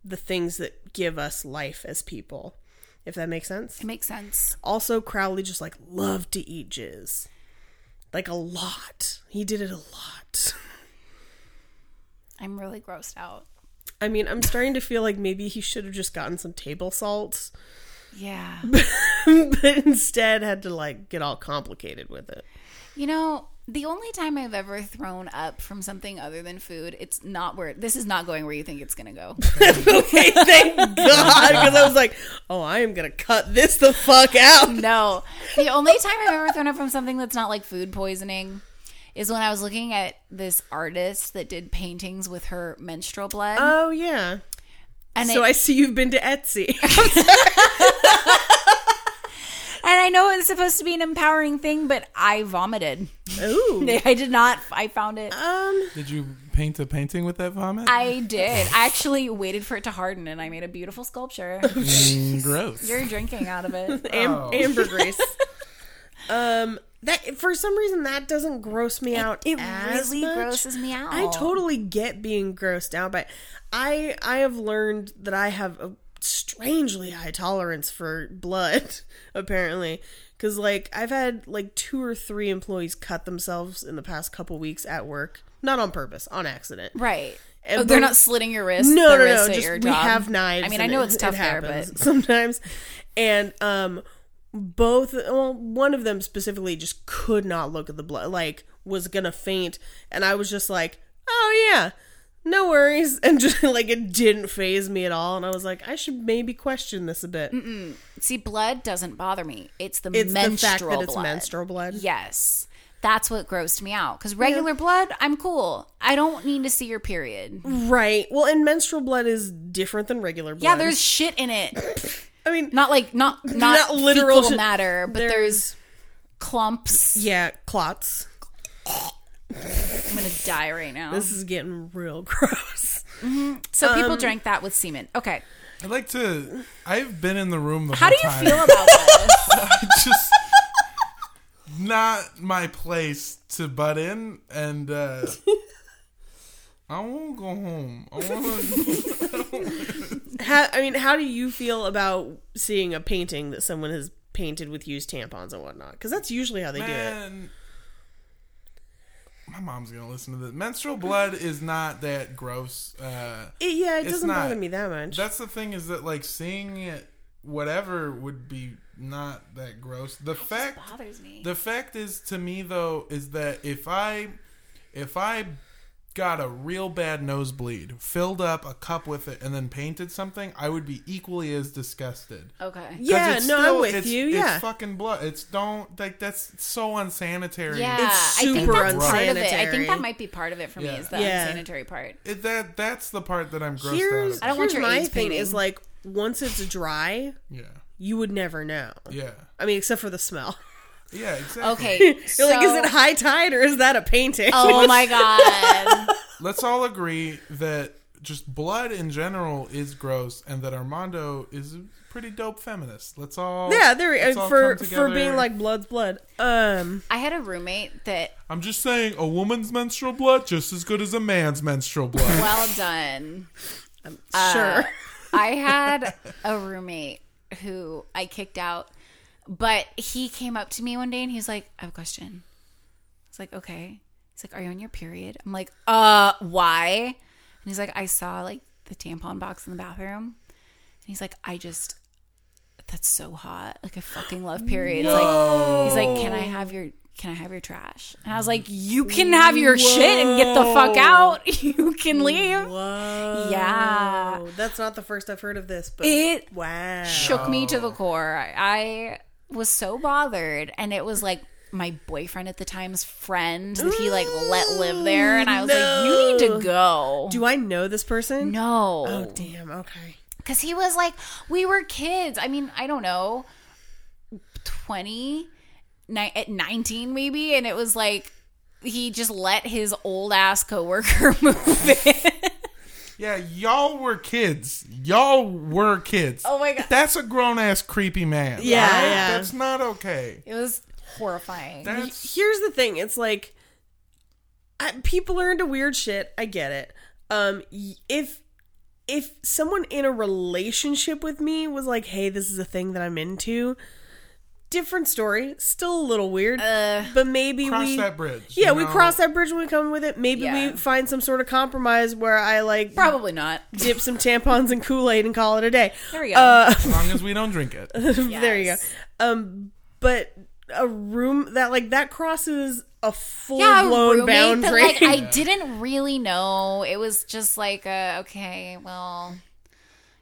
the things that give us life as people. If that makes sense.
it makes sense.
Also Crowley just like loved to eat jizz. Like a lot. He did it a lot. [laughs]
I'm really grossed out.
I mean, I'm starting to feel like maybe he should have just gotten some table salts,
Yeah.
[laughs] but instead had to like get all complicated with it. [laughs]
You know, the only time I've ever thrown up from something other than food, it's not where this is not going where you think it's going to go.
okay, thank God, because I was like, oh, I am gonna cut this the fuck out.
no. The only time I've ever thrown up from something that's not like food poisoning is when I was looking at this artist that did paintings with her menstrual blood.
Oh yeah.
and
So
it-
I see you've been to Etsy. [laughs]
And I know it's supposed to be an empowering thing, but I vomited. [laughs]
Ooh.
I did not. I found it.
Um.
Did you paint a painting with that vomit?
I did. I actually waited for it to harden and I made a
[laughs]
beautiful sculpture. [laughs]
Mm, gross.
You're drinking out of it.
Am- Ambergris. um. That for some reason that doesn't gross me out.
it
as
really
much.
grosses me out.
I totally get being grossed out, but I I have learned that I have a strangely high tolerance for blood. [laughs] Apparently, because like I've had like two or three employees cut themselves in the past couple weeks at work, not on purpose, on accident.
Right.
And
Oh, they're
but-
not slitting your wrist.
No,
the
no,
wrist
no.
at
Just
your
we
job.
have knives.
I mean, I
and
know
it-
it's
it
tough there,
happens [laughs]
but
sometimes, and um, both well, one of them specifically just could not look at the blood, like was gonna faint, and I was just like, oh yeah, no worries, [laughs] and just like it didn't phase me at all, and I was like, I should maybe question this a bit.
see, blood doesn't bother me. It's the
It's
menstrual
the fact that it's
blood.
menstrual blood.
Yes. That's what grossed me out. Because regular blood, I'm cool. I don't need to see your period.
Right. Well, and menstrual blood is different than regular blood.
Yeah, there's shit in it.
I mean,
Not like
[laughs]
not not,
Not literal
literal
shit.
matter, but there's,
[laughs]
clumps.
yeah clots.
I'm gonna die right now.
This um, is getting real [laughs] gross.
so people drank that with semen. Okay,
I'd like to. I've been in the room the
how do
whole
you
time.
feel about this?
[laughs]
It's [laughs] just not my place to butt in,
[laughs]
and uh, I won't go home. I want to.
How, I mean, how do you feel about seeing a painting that someone has painted with used tampons and whatnot? Because that's usually how they do it.
Man, my mom's gonna listen to this. Menstrual blood is not that gross. Uh,
It- Yeah, it
It's
doesn't
not-
bother me that much.
That's the thing is that like seeing it, whatever would be not that gross. The fact
bothers me.
The fact is to me though is that if I, if I got a real bad nosebleed, filled up a cup with it, and then painted something, I would be equally as disgusted. 'Cause
Okay.
yeah, no,
it's
I'm
still-
with
it's-
you.
it's
Yeah,
fucking blood. It's don't like that's so unsanitary.
Yeah,
It's
I think
super
that's part of it. I
unsanitary.
think that might be part of it for
Yeah.
me is the
Yeah. [laughs]
unsanitary part.
It, that that's the part that I'm grossed
here's
out. Of.
don't
here's
want your
my
AIDS
thing is
painting.
like once it's dry,
Yeah,
you would never know.
yeah,
I mean, except for the smell. [laughs]
yeah. Exactly.
Okay,
You're like, is
so-
it high tide or is that a painting?
Oh my god!
Let's all agree that just blood in general is gross, and that Armando is a pretty dope feminist. Let's
[laughs]
all
Yeah, there
let's
uh,
all
for
come
for being
together.
like blood's blood. Um,
I had a roommate that
I'm just saying, a woman's menstrual blood just as good as a man's menstrual blood.
well done. Uh,
sure.
[laughs] I had a roommate who I kicked out, but he came up to me one day and he's like, I have a question. I was like, okay. He's like, Are you on your period? I'm like, uh, why? And he's like, I saw like the tampon box in the bathroom. And he's like, I just that's so hot. Like I fucking love periods. Like he's like, Can I have your can I have your trash? And I was like, You can have your shit and get the fuck out. [laughs] You can leave. Yeah.
Oh, that's not the first I've heard of this, but
It
wow.
shook me to the core. I, I was so bothered, and it was like my boyfriend at the time's friend that he like let live there, and I was like, "You need to go."
Do I know this person?
no,
Oh, damn. Okay.
because he was like, "We were kids." I mean, I don't know, twenty, ni- at nineteen maybe, and it was like he just let his old ass coworker [laughs] move in.
yeah, y'all were kids. Y'all were kids.
Oh my God.
that's a grown ass creepy man.
Yeah,
all
yeah.
that's not okay.
it was horrifying.
That's
Here's the thing. It's like I, people are into weird shit. I get it. Um, y- if if someone in a relationship with me was like, "Hey, this is a thing that I'm into," different story. Still a little weird, but maybe
cross
we
that bridge.
Yeah,
you
we
know?
cross that bridge when we come with it. Maybe
Yeah.
we find some sort of compromise where I like
Probably not.
dip some tampons in Kool Aid and call it a day.
There we go.
Uh,
as long as we don't drink it.
There you go. Um, but a room that like that crosses a full
yeah,
blown
roommate
boundary.
That, like I didn't really know. It was just like, uh, okay, well,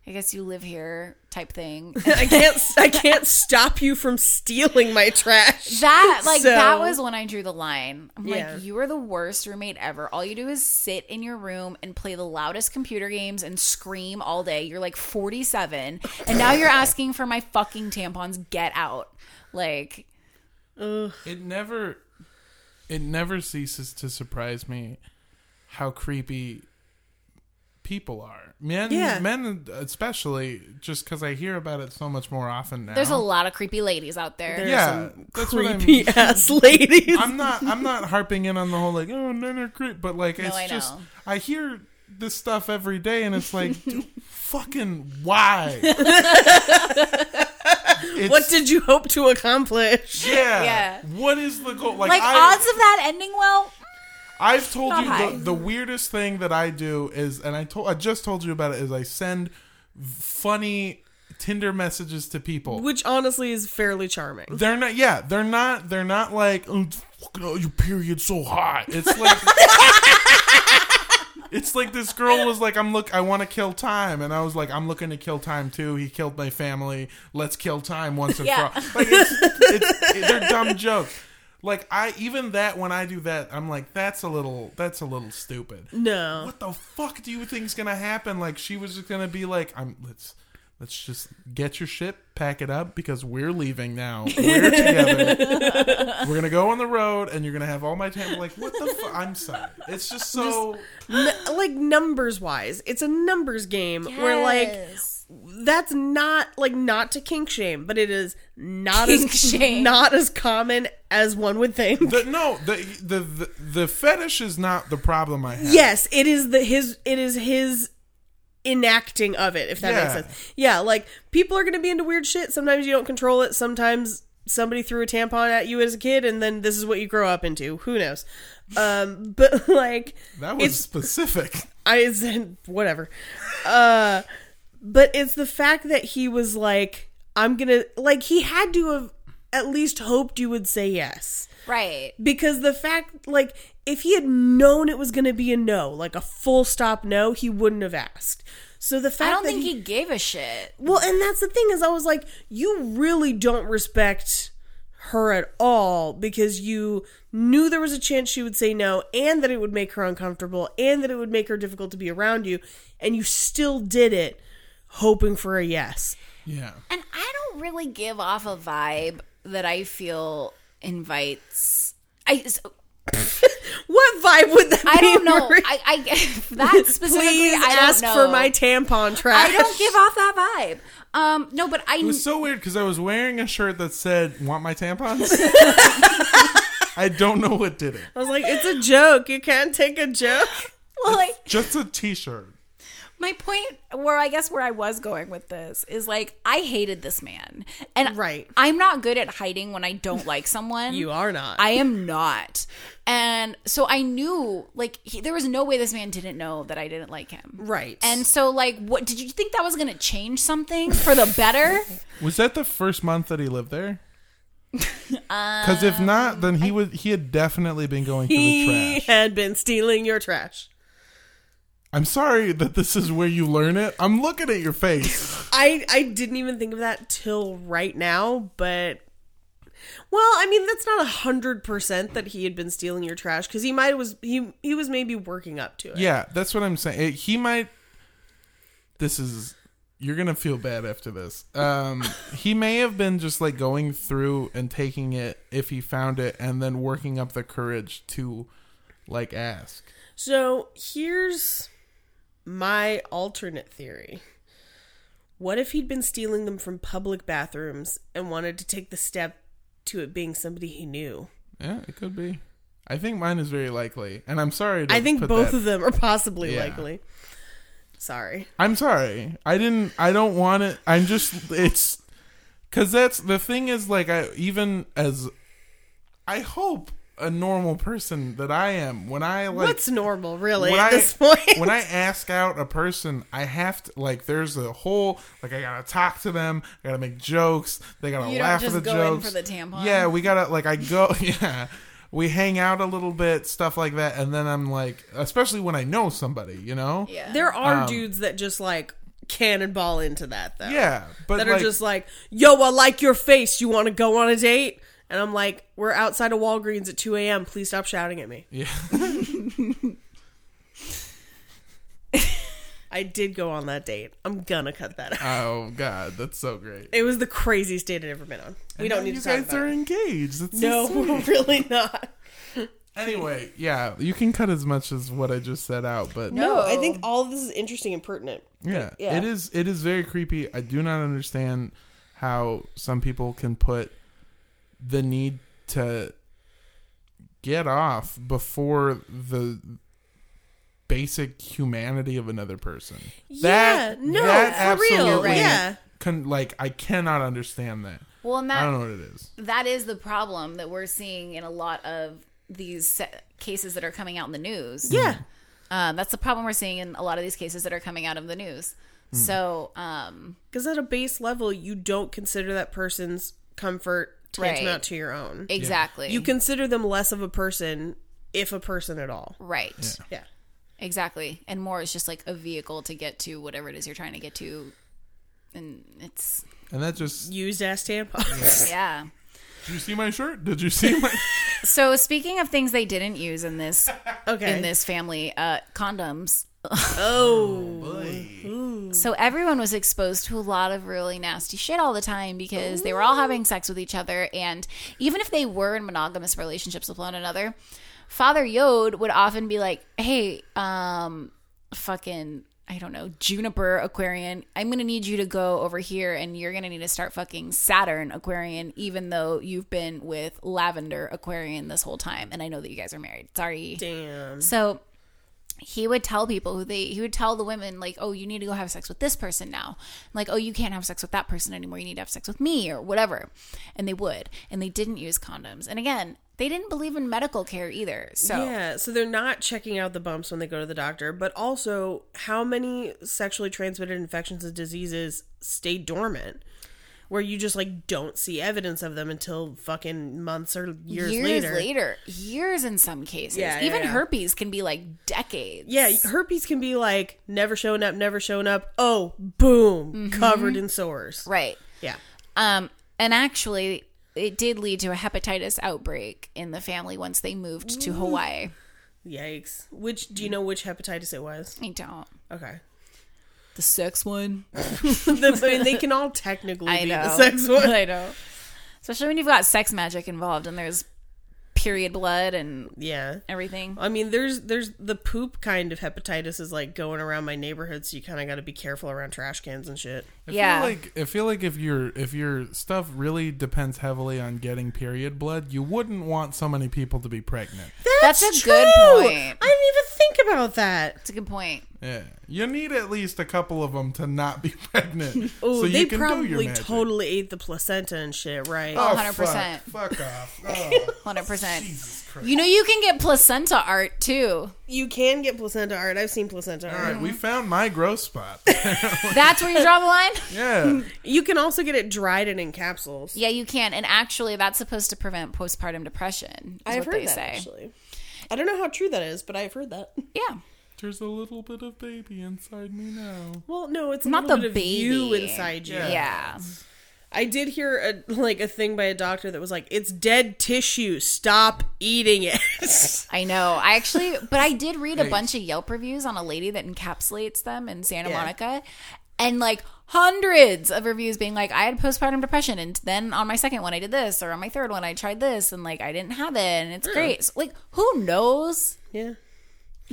I guess you live here type
[laughs]
thing.
[laughs] I can't. I can't stop you from stealing my trash.
That like
So-
that was when I drew the line. I'm
Yeah.
like, you are the worst roommate ever. All you do is sit in your room and play the loudest computer games and scream all day. You're like 47, and now you're asking for my fucking tampons. Get out! Like,
It never it never ceases to surprise me how creepy people are. Men
Yeah.
men especially just cuz I hear about it so much more often now.
there's a lot of creepy ladies out there.
Yeah, that's
[laughs]
what I mean.
Creepy
[laughs]
ass ladies.
I'm not I'm not harping in on the whole like oh men are creep but like it's
I
just
know.
I hear this stuff every day and it's
[laughs]
like dude, fucking why? It's-
what did you hope to accomplish?
yeah,
Yeah.
What is the goal? Like,
Like
I,
odds of that ending well,
I've told
Not
you
high.
the, the weirdest thing that I do is, and I told I just told you about it is I send v- funny Tinder messages to people.
Which honestly is fairly charming.
they're not, yeah, they're not, they're not like, oh, it's fucking, oh your period's so hot. It's like, [laughs] it's like this girl was like, I'm look, I want to kill time, and I was like, I'm looking to kill time too. He killed my family. Let's kill time once and
Yeah.
for all. Like it's, it's, they're dumb jokes. Like I even that when I do that, I'm like, that's a little, that's a little stupid
No.
what the fuck do you think's gonna happen? Like she was just gonna be like, I'm let's let's just get your shit, pack it up because we're leaving now. We're together. we're gonna go on the road, and you're gonna have all my time. Like what the fuck? I'm sorry. It's just so
N- like numbers wise, it's a numbers game where like that's not like not to kink shame, but it is not
Kink
as
shame.
not as common as one would think.
the, no the, the the the fetish is not the problem I have.
yes, it is the his it is his enacting of it if that
Yeah.
makes sense. Yeah, like people are going to be into weird shit. Sometimes you don't control it. Sometimes somebody threw a tampon at you as a kid and then this is what you grow up into. Who knows? Um [laughs] but like
That was
it's-
specific.
I said whatever. Uh but it's the fact that he was like I'm going to like he had to have at least hoped you would say yes.
right?
Because the fact like if he had known it was going to be a no, like a full stop no, he wouldn't have asked. So the fact
I don't
that
think he gave a shit.
Well, and that's the thing is I was like you really don't respect her at all because you knew there was a chance she would say no and that it would make her uncomfortable and that it would make her difficult to be around you and you still did it hoping for a yes.
Yeah.
And I don't really give off a vibe that I feel invites. I so,
What vibe would that [laughs] be?
I don't know.
Marie?
I, [laughs] I
[laughs]
that specifically.
Please
I don't
ask
know.
for my tampon trash.
I don't give off that vibe. Um, no, but I
It was so weird because I was wearing a shirt that said "Want my tampons." I don't know what did it.
I was like, it's a joke. You can't take a joke.
well, like
[laughs]
Just a T-shirt.
my point where I guess where I was going with this is like I hated this man, and
Right.
I'm not good at hiding when I don't like
[laughs]
someone.
You are not.
I am not, and so I knew like he, there was no way this man didn't know that I didn't like him.
right.
And so, like, what did you think that was going to change something for the better?
Was that the first month that he
[laughs]
lived there? Because if not, then he would. He had definitely been going through the
Um, he
trash.
had been stealing your trash.
I'm sorry that this is where you learn it. I'm looking at
[laughs]
your face.
I I didn't even think of that till right now, but well, I mean that's not a hundred percent that he had been stealing your trash because he might was he he was maybe working up to it.
yeah, that's what I'm saying. It- he might. This is. You're gonna feel bad after this.
[laughs]
Um, he may have been just like going through and taking it if he found it, and then working up the courage to, like, ask.
So here's my alternate theory. What if he'd been stealing them from public bathrooms and wanted to take the step to it being somebody he knew?
Yeah, it could be. I think mine is very likely, and I'm sorry. To
I think
put
both
that-
of them are possibly
Yeah.
likely. Sorry.
I'm sorry. I didn't. I don't want it. I'm just. It's because that's the thing is like I even as I hope a normal person that I am when I like
What's normal, really,
when
at
I,
this point?
[laughs] when I ask out a person, I have to like. There's a whole like I gotta talk to them. I gotta make jokes. They gotta
You don't
laugh
just
at the
go in
jokes.
for the tampon.
Yeah, we gotta like I go. [laughs] Yeah, we hang out a little bit, stuff like that, and then I'm like, especially when I know somebody, you know.
[laughs]
Yeah.
There are
um,
dudes that just like cannonball into that though.
Yeah, but
That
like,
are just like, yo, I like your face. You want to go on a date? And I'm like, we're outside of Walgreens at 2 a.m. Please stop shouting at me.
yeah.
I did go on that date. I'm gonna cut that out.
[laughs] Oh God, that's so great.
It was the craziest date I've ever been on. We don't need
you
to talk
guys
about
are
it.
engaged. That's so
No, [laughs]
sweet.
we're really not.
Anyway, yeah, you can cut as much as what I just said out, but
No, I think all of this is interesting and pertinent.
yeah,
yeah.
it is. It is very creepy. I do not understand how some people can put the need to get off before the basic humanity of another person.
Yeah, no, for real, right. Yeah.
Can, like I cannot understand that.
[laughs] Well, and
I
that
don't know what it is.
that is the problem that we're seeing in a lot of these se- cases that are coming out in the news.
Yeah.
Uh, that's the problem we're seeing in a lot of these cases that are coming out of the news. So, um,
Because at a base level, you don't consider that person's comfort tantamount
Right.
to your own.
exactly.
You consider them less of a person, if a person at all.
Right.
Yeah.
Exactly. And more is just like a vehicle to get to whatever it is you're trying to get to. And it's,
And that just
Used ass tampons.
yeah.
Did you see my shirt? Did you see my?
So, speaking of things they didn't use in this
[laughs] okay.
in this family, uh, condoms. [laughs] Hmm.
Oh.
So everyone was exposed to a lot of really nasty shit all the time because they were all having sex with each other. And even if they were in monogamous relationships with one another, Father Yod would often be like, hey, um, fucking, I don't know, Juniper Aquarian, I'm going to need you to go over here and you're going to need to start fucking Saturn Aquarian, even though you've been with Lavender Aquarian this whole time. And I know that you guys are married. Sorry.
Damn.
So he would tell people who they he would tell the women like, "Oh, you need to go have sex with this person now." Like, "Oh, you can't have sex with that person anymore. You need to have sex with me or whatever." And they would, and they didn't use condoms. And again, they didn't believe in medical care either. So
Yeah, so they're not checking out the bumps when they go to the doctor, but also how many sexually transmitted infections and diseases stay dormant where you just like don't see evidence of them until fucking months or years,
years
later.
later. years in some cases,
Yeah, yeah,
even
yeah.
herpes can be like decades.
Yeah, herpes can be like never showing up, never showing up. Oh, boom, covered in sores.
Mm-hmm. right.
Yeah.
Um, and actually, it did lead to a hepatitis outbreak in the family once they moved to Hawaii.
Yikes. Which do you know which hepatitis it was?
I don't. [laughs]
Okay. [laughs]
The sex one.
The- I mean, they can all technically
I
be
know. [laughs]
the sex one.
I know. Especially when you've got sex magic involved and there's period blood and
Yeah.
everything.
I mean, there's there's the poop kind of hepatitis is like going around my neighborhood, so you kind of got to be careful around trash cans and shit.
I
Yeah.
Feel like I feel like if your if your stuff really depends heavily on getting period blood, you wouldn't want so many people to be pregnant.
That's a good
true!
point.
I didn't even think about that.
That's a good point.
Yeah, you need at least a couple of them to not be [laughs] pregnant.
Oh,
so
they
you can do your
probably
magic.
totally ate the placenta and shit, right?
Oh,
100%.
Fuck,
[laughs]
fuck off. Oh,
100%.
Jesus Christ.
You know, you can get placenta art too.
You can get placenta art. I've seen placenta
Mm-hmm.
All
art.
right, we found my gross spot.
That's where you draw the
[laughs]
line?
[laughs]
yeah,
You can also get it dried and in capsules.
Yeah, you can. And actually, that's supposed to prevent postpartum depression. Is what they say.
actually. I don't know how true that is, but I've heard that. [laughs]
Yeah.
there's a little bit of baby inside me now.
Well, no, it's
Not
not the
the
bit of you
baby.
inside you.
Yeah.
Yeah.
I did hear a like a thing by a doctor that was like, "It's dead tissue. Stop eating it." [laughs]
I know. I actually, but I did read a
Hey.
bunch of Yelp reviews on a lady that encapsulates them in Santa
Yeah.
Monica. And like hundreds of reviews being like, I had postpartum depression. And then on my second one, I did this. Or on my third one, I tried this. And like, I didn't have it. And it's great. So, like, who knows?
yeah.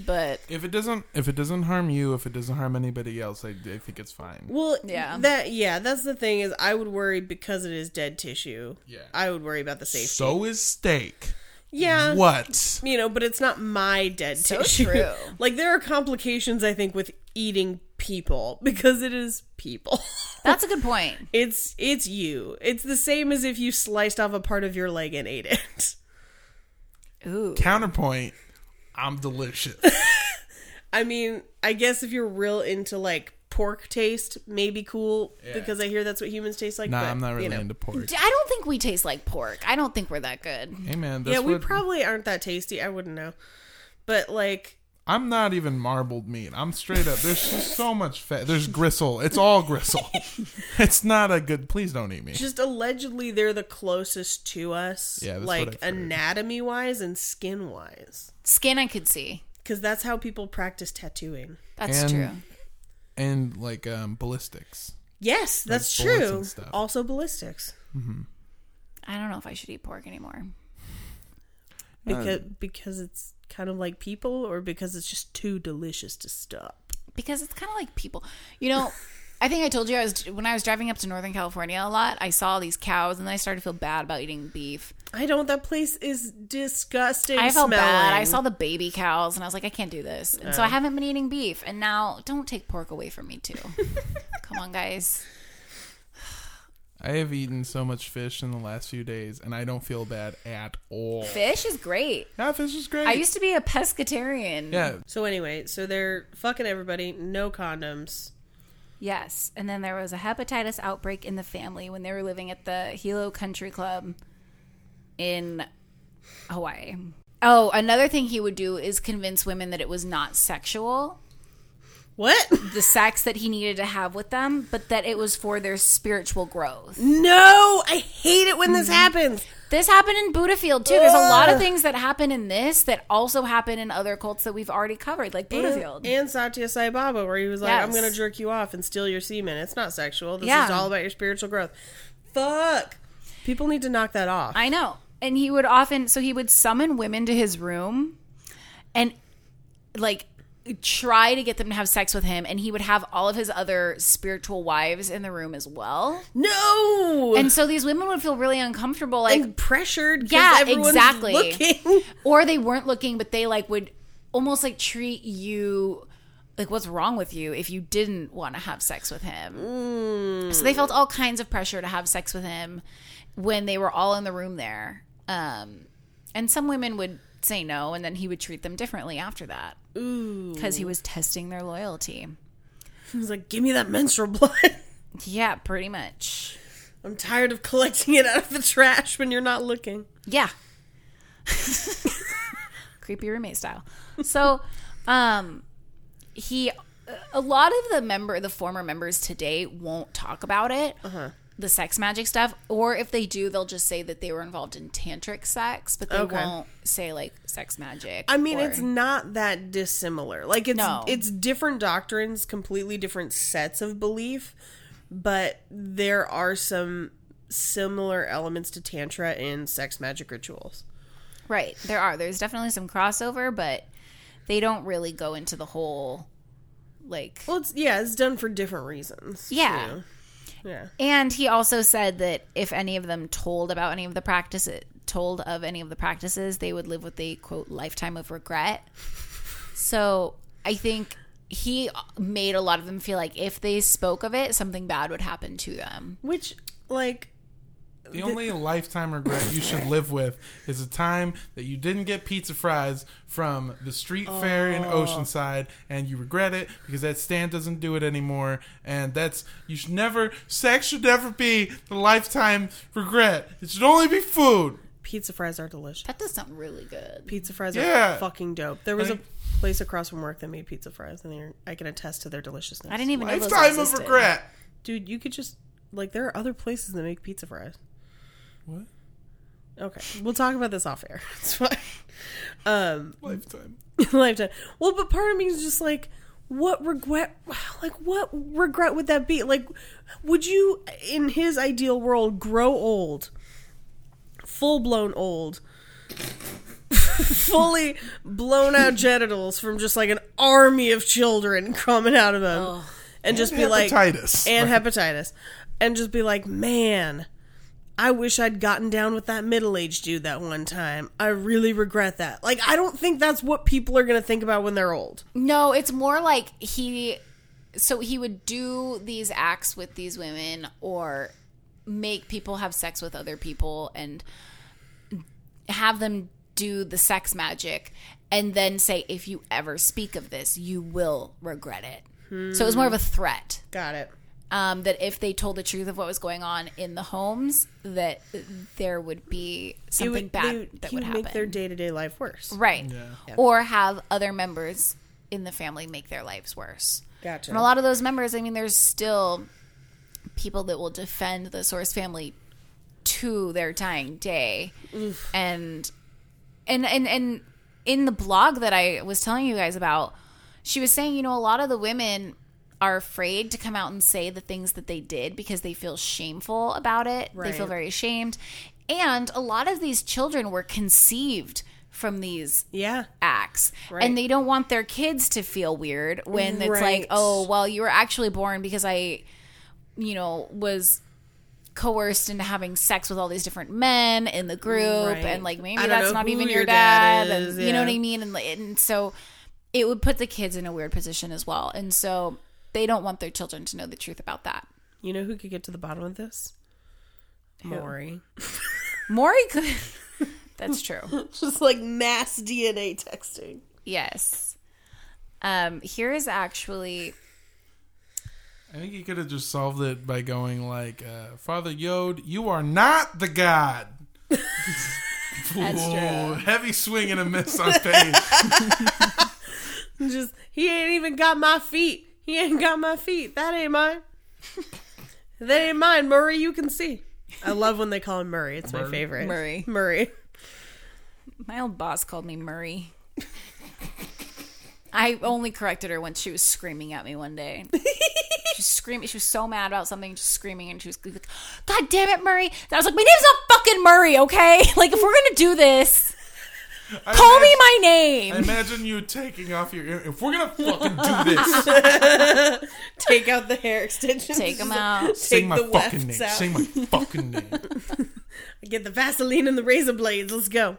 But
If it doesn't, if it doesn't harm you, if it doesn't harm anybody else, I, I think it's fine.
Well,
Yeah.
yeah. That yeah, that's the thing is I would worry because it is dead tissue.
Yeah.
I would worry about the safety.
So is steak.
yeah.
What?
You know, but it's not my dead
So
tissue.
true.
[laughs] Like there are complications I think with eating people [laughs] because it is people.
that's a good point.
it's it's you. It's the same as if you sliced off a part of your leg and ate it. [laughs]
Ooh.
Counterpoint. I'm delicious.
I mean, I guess if you're real into like pork taste, maybe cool because I hear that's what humans taste like.
Nah,
but,
I'm not really
you know.
into pork.
D- I don't think we taste like pork. I don't think we're that good.
Hey man, that's
Yeah, we
what-
probably aren't that tasty. I wouldn't know. But like
I'm not even marbled meat. I'm straight up. There's just so much fat. There's gristle. It's all gristle. it's not a good. Please don't eat me.
just allegedly they're the closest to us
Yeah, that's what
like
I've heard.
anatomy wise and skin wise
Skin, I could see.
because that's how people practice tattooing
That's
And-
true.
And like um, ballistics.
yes that's
bullets and
true
stuff.
also ballistics
I don't know if I should eat pork anymore.
because because it's kind of like people or because it's just too delicious to stop
because it's kind of like people. You know, I think I told you I was when I was driving up to Northern California a lot. I saw these cows, and then I started to feel bad about eating beef.
i don't that place is disgusting
I felt bad. I
smelling.
saw the baby cows, and I was like, I can't do this. And so I haven't been eating beef. And now, don't take pork away from me too. Come on, guys.
I have eaten so much fish in the last few days, and I don't feel bad at all.
Fish is great.
Yeah, fish is great.
I used to be a pescatarian.
yeah,
so anyway so they're fucking everybody no condoms
Yes. And then there was a hepatitis outbreak in the family when they were living at the Hilo Country Club in Hawaii. Oh, another thing he would do is convince women that it was not sexual,
what
the sex that he needed to have with them, but that it was for their spiritual
[laughs]
growth.
no i hate it when this
Mm-hmm.
happens
This happened in Buddhafield too. There's a lot of things that happen in this that also happen in other cults that we've already covered, like Buddhafield.
And, and Satya Sai Baba, where he was like, I'm
Yes.
going to jerk you off and steal your semen. It's not sexual. This
Yeah.
is all about your spiritual growth. Fuck. People need to knock that off.
I know. And he would often, so he would summon women to his room and like try to get them to have sex with him. And he would have all of his other spiritual wives in the room as well.
no.
And so these women would feel really uncomfortable. Like,
And pressured. 'cause
Yeah,
everyone's
exactly.
Looking. [laughs]
or they weren't looking, but they like would almost like treat you like what's wrong with you if you didn't want to have sex with him. So they felt all kinds of pressure to have sex with him when they were all in the room there. Um, and some women would say no, and then he would treat them differently after that because he was testing their loyalty.
He was like, give me that menstrual blood. [laughs]
Yeah, pretty much.
I'm tired of collecting it out of the trash when you're not looking.
Yeah. [laughs] Creepy roommate style. So, um he a lot of the member the former members today won't talk about it.
Uh-huh.
The sex magic stuff or if they do they'll just say that they were involved in tantric sex, but they
Okay.
won't say like sex magic.
I mean,
or-
it's not that dissimilar. Like it's
No.
it's different doctrines, completely different sets of belief, but there are some similar elements to tantra in sex magic rituals.
Right. There are. There's definitely some crossover, but they don't really go into the whole like
Well, it's, yeah, it's done for different reasons.
Yeah.
too. Yeah.
And he also said that if any of them told about any of the practices, told of any of the practices, they would live with a quote lifetime of regret. So I think he made a lot of them feel like if they spoke of it, something bad would happen to them.
Which, like,
The only lifetime regret you should live with is a time that you didn't get pizza fries from the street fair in Oceanside, and you regret it because that stand doesn't do it anymore. And that's you should never sex should never be the lifetime regret. It should only be food.
pizza fries are delicious.
That does sound really good.
Pizza fries
Yeah.
are fucking dope. There was
I
a
mean-
place across from work that made pizza fries, and they're- I can attest to their deliciousness.
I didn't even know those
Lifetime of
existed.
regret.
Dude, you could just like there are other places that make pizza fries.
What
Okay, we'll talk about this off air. [laughs] It's fine. Um,
lifetime?
lifetime. Well, but part of me is just like, what regret? [sighs] Like, what regret would that be? Like, would you, in his ideal world, grow old, full blown old, [laughs] fully blown out genitals from just like an army of children coming out of him, and just be like
Hepatitis.
and hepatitis, and just be like, man. I wish I'd gotten down with that middle aged dude that one time. I really regret that. Like, I don't think that's what people are going to think about when they're old.
No, it's more like he. So he would do these acts with these women or make people have sex with other people and have them do the sex magic and then say, if you ever speak of this, you will regret it. So it was more of a threat
Got it.
um, that if they told the truth of what was going on in the homes, that there would be something bad that
he would
would happen.
make their day to day life worse.
Right. Or have other members in the family make their lives worse.
Gotcha.
And a lot of those members, I mean, there's still people that will defend the Source family to their dying day. And and and and in the blog that I was telling you guys about, she was saying, you know, a lot of the women are afraid to come out and say the things that they did because they feel shameful about it. They feel
Right.
very ashamed. And a lot of these children were conceived from these
Yeah.
acts
Right.
and they don't want their kids to feel weird when it's like
Right.
oh well you were actually born because i you know was coerced into having sex with all these different men in the group
Right.
and like maybe
I don't
that's
know
not
who
even your,
your
dad,
dad
and
is,
you
yeah.
know what i mean and, like, and so it would put the kids in a weird position as well and so they don't want their children to know the truth about that
You know who could get to the bottom of this?
[laughs]
Maury.
Maury could [laughs] that's true
Just like mass DNA texting.
yes um here is actually
I think he could have just solved it by going like, uh, "Father Yod, you are not
[laughs]
the god." Ooh, heavy swing and a miss on
[laughs]
page.
Just, he ain't even got my feet. He ain't got my feet. That ain't mine. [laughs] that ain't mine, Murray. You can see. I love when they call him Murray. It's my
Murray.
favorite.
Murray.
Murray.
My old boss called me Murray. I only corrected her when she was screaming at me one day. she was screaming. She was so mad about something, just screaming, and she was like, "God damn it, Murray!" And I was like, "My name's not fucking Murray, okay? [laughs] Like, if we're gonna do this,
I
call me
imagine-
my
I
name."
imagine you taking off your. ear- If
[laughs]
we're gonna fucking do this,
[laughs] Take out the hair extensions.
Take
[laughs]
them out.
sing my
the
fucking
wefts
name.
out.
Sing my
[laughs]
fucking name.
Get the Vaseline and the razor blades. Let's go.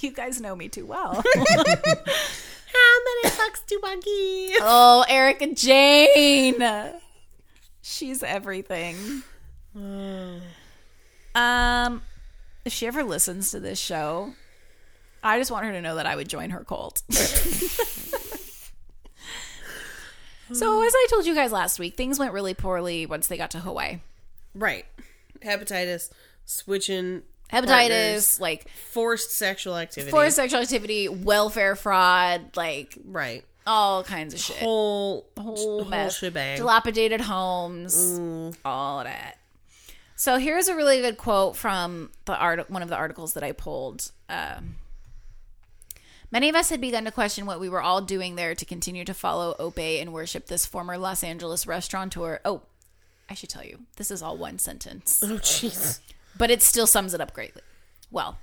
You guys know me too well.
How many fucks do I give?
oh, Erica Jane. She's everything. Um, if she ever listens to this show, I just want her to know that I would join her cult. so, as I told you guys last week, things went really poorly once they got to Hawaii.
Right. Hepatitis, switching,
Hepatitis,
Partners.
like
forced sexual activity.
forced sexual activity, welfare fraud, like
Right.
all kinds of shit.
Whole, oh,
whole
whole,
mess.
shebang. Mm.
Dilapidated homes, all that. So here's a really good quote from the art one of the articles that I pulled. Um, Many of us had begun to question what we were all doing there to continue to follow, obey, and worship this former Los Angeles restaurateur. Oh, I should tell you, this is all one sentence
oh, jeez.
but it still sums it up greatly. Well,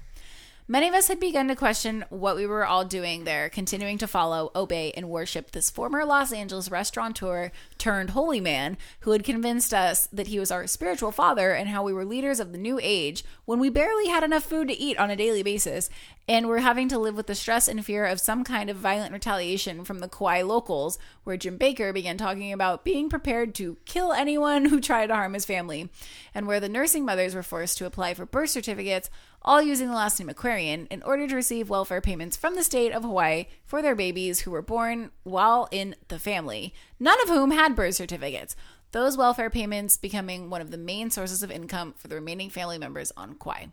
Many of us had begun to question what we were all doing there, continuing to follow, obey, and worship this former Los Angeles restaurateur turned holy man who had convinced us that he was our spiritual father and how we were leaders of the new age when we barely had enough food to eat on a daily basis and were having to live with the stress and fear of some kind of violent retaliation from the Kauai locals, where Jim Baker began talking about being prepared to kill anyone who tried to harm his family, and where the nursing mothers were forced to apply for birth certificates, all using the last name Aquarian, in order to receive welfare payments from the state of Hawaii for their babies who were born while in the family, none of whom had birth certificates. Those welfare payments becoming one of the main sources of income for the remaining family members on Kauai.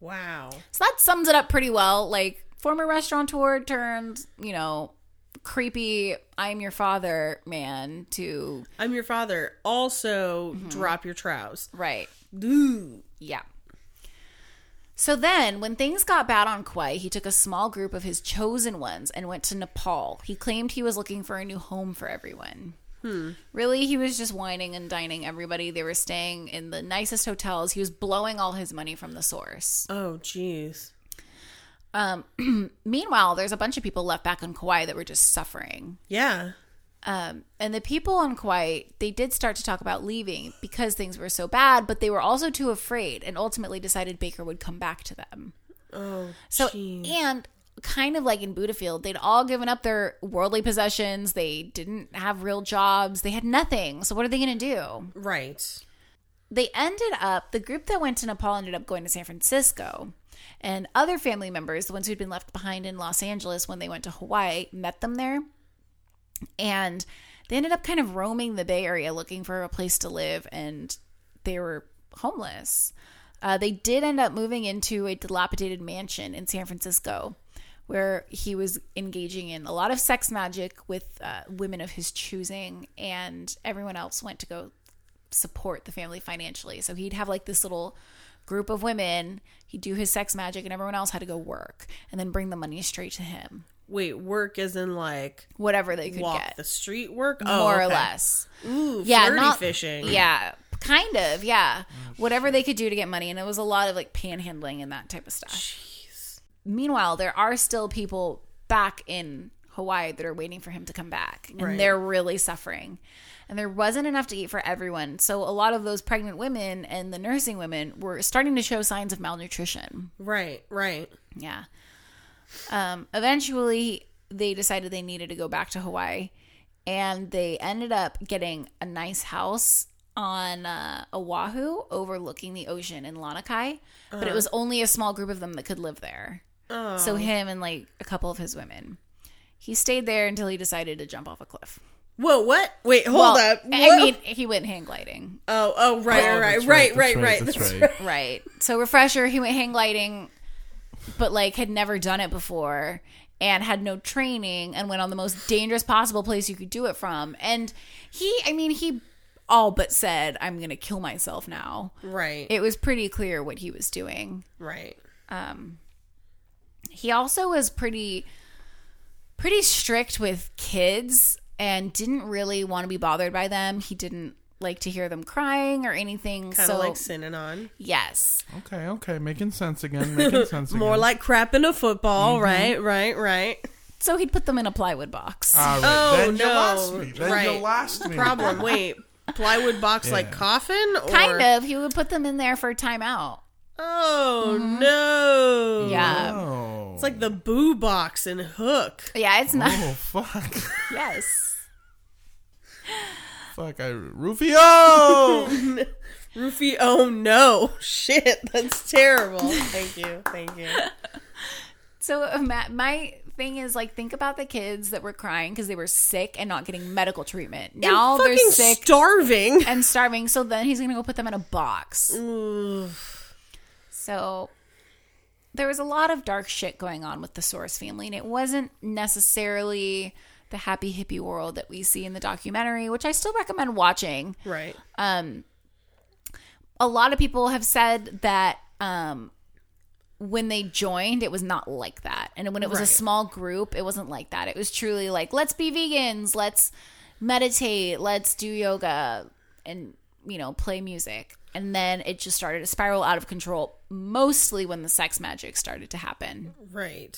Wow.
So that sums it up pretty well. Like former restaurateur turned, you know, creepy I'm your father man to
I'm your father. Also, drop your trousers.
right.
Ooh.
Yeah. So then, when things got bad on Kauai, he took a small group of his chosen ones and went to Nepal. He claimed he was looking for a new home for everyone. Really, he was just whining and dining everybody. They were staying in the nicest hotels. He was blowing all his money from the source.
Oh, jeez.
Meanwhile, there's a bunch of people left back on Kauai that were just suffering.
Yeah.
Um, and the people on Kauai, they did start to talk about leaving because things were so bad, but they were also too afraid and ultimately decided Baker would come back to them.
Oh,
So,
jeez.
and kind of like in Budafield, they'd all given up their worldly possessions. They didn't have real jobs. They had nothing. So, what are they going to do?
Right.
they ended up the group that went to Nepal ended up going to San Francisco. And other family members, the ones who'd been left behind in Los Angeles when they went to Hawaii, met them there. And they ended up kind of roaming the Bay Area looking for a place to live, and they were homeless. Uh, they did end up moving into a dilapidated mansion in San Francisco where he was engaging in a lot of sex magic with uh, women of his choosing, and everyone else went to go support the family financially. So he'd have like this little group of women, he'd do his sex magic, and everyone else had to go work and then bring the money straight to him,
Wait, work as in like
whatever they could
walk
get,
the street work? Oh,
more or
okay.
less.
Ooh,
Yeah,
flirty
not-
fishing.
Yeah, kind of. Yeah, whatever they could do to get money, and it was a lot of like panhandling and that type of stuff. Meanwhile, there are still people back in Hawaii that are waiting for him to come back, and
Right.
they're really suffering. And there wasn't enough to eat for everyone, so a lot of those pregnant women and the nursing women were starting to show signs of malnutrition.
Right, right.
Yeah. Um, eventually, they decided they needed to go back to Hawaii, and they ended up getting a nice house on uh, Oahu overlooking the ocean in Lanakai. But it was only a small group of them that could live there. So him and like a couple of his women. He stayed there until he decided to jump off a cliff.
Whoa, what? Wait, hold
Well,
up.
I
What?
mean, he went hang gliding.
oh, oh, right,
Oh,
right,
that's
right, right,
that's
right,
That's
that's
right.
Right. So refresher, he went hang gliding, but like had never done it before and had no training and went on the most dangerous possible place you could do it from. And he, I mean, he all but said, "I'm going to kill myself now."
right,
It was pretty clear what he was doing.
right.
He also was pretty pretty strict with kids and didn't really want to be bothered by them. He didn't like to hear them crying or anything.
Kind
so
of like sinning on.
yes.
Okay, okay, making sense
[laughs]
again. Making sense again.
More like crap in a football,
Mm-hmm.
right, right, right.
[laughs]
So he'd put them in a plywood box.
All right,
Oh,
then
no,
you lost me. Then you
right.
lost me.
Problem, wait. Plywood box like
Yeah.
coffin? Or...
kind of. He would put them in there for a timeout.
Oh, no.
Mm-hmm. Yeah.
Oh.
It's like the boo box and hook.
Yeah,
[laughs]
it's not.
Oh fuck. [laughs]
Yes.
fuck
[laughs]
I Rufio.
Rufy, oh no. [laughs] Shit, that's [laughs] terrible. Thank you, thank [laughs] you.
So uh, ma- my thing is like think about the kids that were crying because they were sick and not getting medical treatment. Now
And
they're
fucking
sick
starving.
and starving. So then he's gonna go put them in a box. So there was a lot of dark shit going on with the Source family, and it wasn't necessarily the happy hippie world that we see in the documentary, which I still recommend watching.
Right.
a lot of people have said that um when they joined it was not like that and when it was a small group it wasn't like that it was truly like let's be vegans let's meditate let's do yoga and you know play music And then it just started to spiral out of control, mostly when the sex magic started to happen.
Right.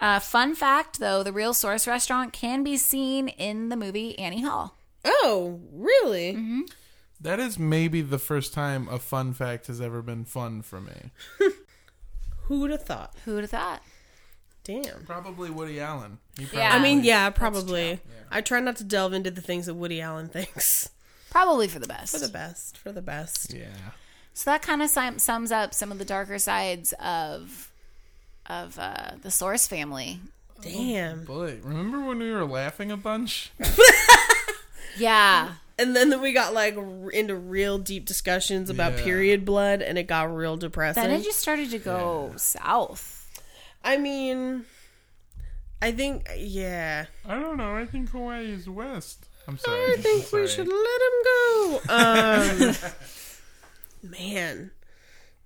Uh, fun fact, though, the real Source restaurant can be seen in the movie Annie Hall.
Oh, really?
Mm-hmm.
That is maybe the first time a fun fact has ever been fun for me.
Who'd have thought?
Who'd have thought?
Damn.
Probably Woody Allen. He probably,
Yeah.
I mean, yeah, probably. I try not to delve into the things that Woody Allen [laughs] thinks.
Probably for the best.
For the best. For the best.
Yeah.
So that kind of sum- sums up some of the darker sides of of uh, the Source family.
Oh. Damn.
Bullet. Remember when we were laughing a bunch?
Yeah,
And then that we got like r- into real deep discussions about
Yeah.
period blood, and it got real depressing.
then it just started to go south.
I mean, I think yeah.
I don't know. I think Hawaii is west. I'm sorry.
I think we should let him go. Um,
[laughs]
man,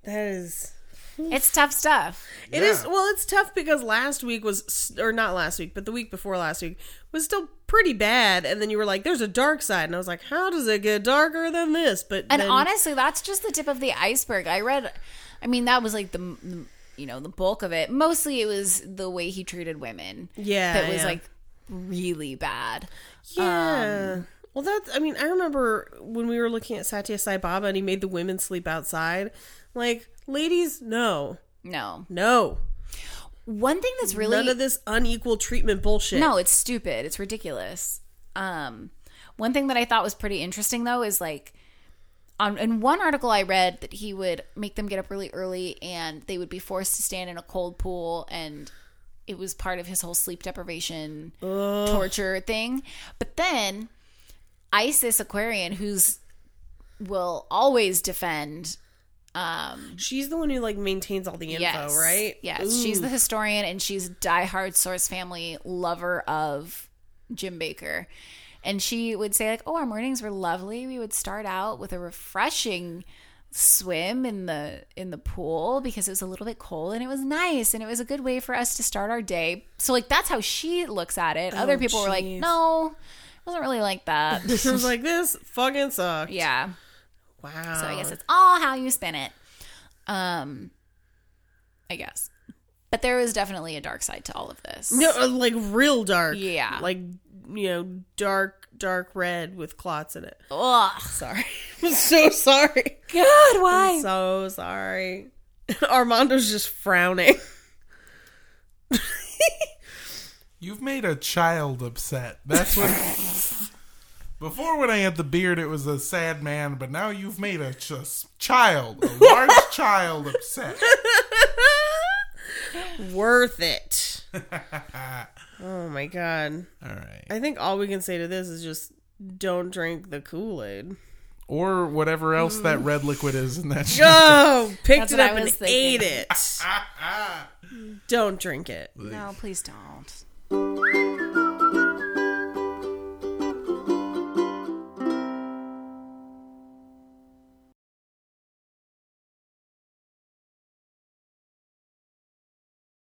that is
It's tough stuff.
It is well. It's tough because last week was, s- or not last week, but the week before last week was still pretty bad. And then you were like, "There's a dark side," and I was like, "How does it get darker than this?" But
And
then-
honestly, that's just the tip of the iceberg. I read, I mean, that was like the, the- you know the bulk of it. Mostly, it was the way he treated women.
Yeah,
that was
yeah.
like really bad.
yeah.
um,
well, that's. I mean, I remember when we were looking at Satya Sai Baba, and he made the women sleep outside. Like, ladies, no,
No,
no,
one thing that's really
none of this unequal treatment bullshit.
No, it's stupid. It's ridiculous. Um, one thing that I thought was pretty interesting though is like, on in one article I read that he would make them get up really early and they would be forced to stand in a cold pool and it was part of his whole sleep deprivation torture thing. But then Isis Aquarian, who's will always defend um,
she's the one who like maintains all the info,
yes,
right?
Yes,
[laughs]
she's the historian and she's a diehard Source family lover of Jim Baker. And she would say like, "Oh, our mornings were lovely. We would start out with a refreshing swim in the in the pool because it was a little bit cold and it was nice and it was a good way for us to start our day." So like that's how she looks at it. Other people were like,
Oh, jeez.
"No, it wasn't really
[laughs]
like that."
I was like, "This fucking sucks."
yeah.
Wow.
So I guess it's all how you spin it. Um, I guess. But there was definitely a dark side to all of this.
No, uh, like real dark.
Yeah.
Like, you know, dark, dark red with clots in it. [laughs]
Ugh.
Sorry. I'm so sorry.
God, why?
So sorry. [laughs] Armando's just frowning. [laughs]
You've made a child upset. That's what.
[laughs]
Before, when I had the beard, it was a sad man, but now you've made a ch- child, a large
[laughs]
child upset.
Worth it. oh my god.
All right.
I think all we can say to this is just don't drink the Kool Aid.
Or whatever else that red liquid is in that shit.
[laughs]
Oh, picked
That's
it
what I
up and
was thinking. [laughs]
ate it. don't drink it.
No, please don't.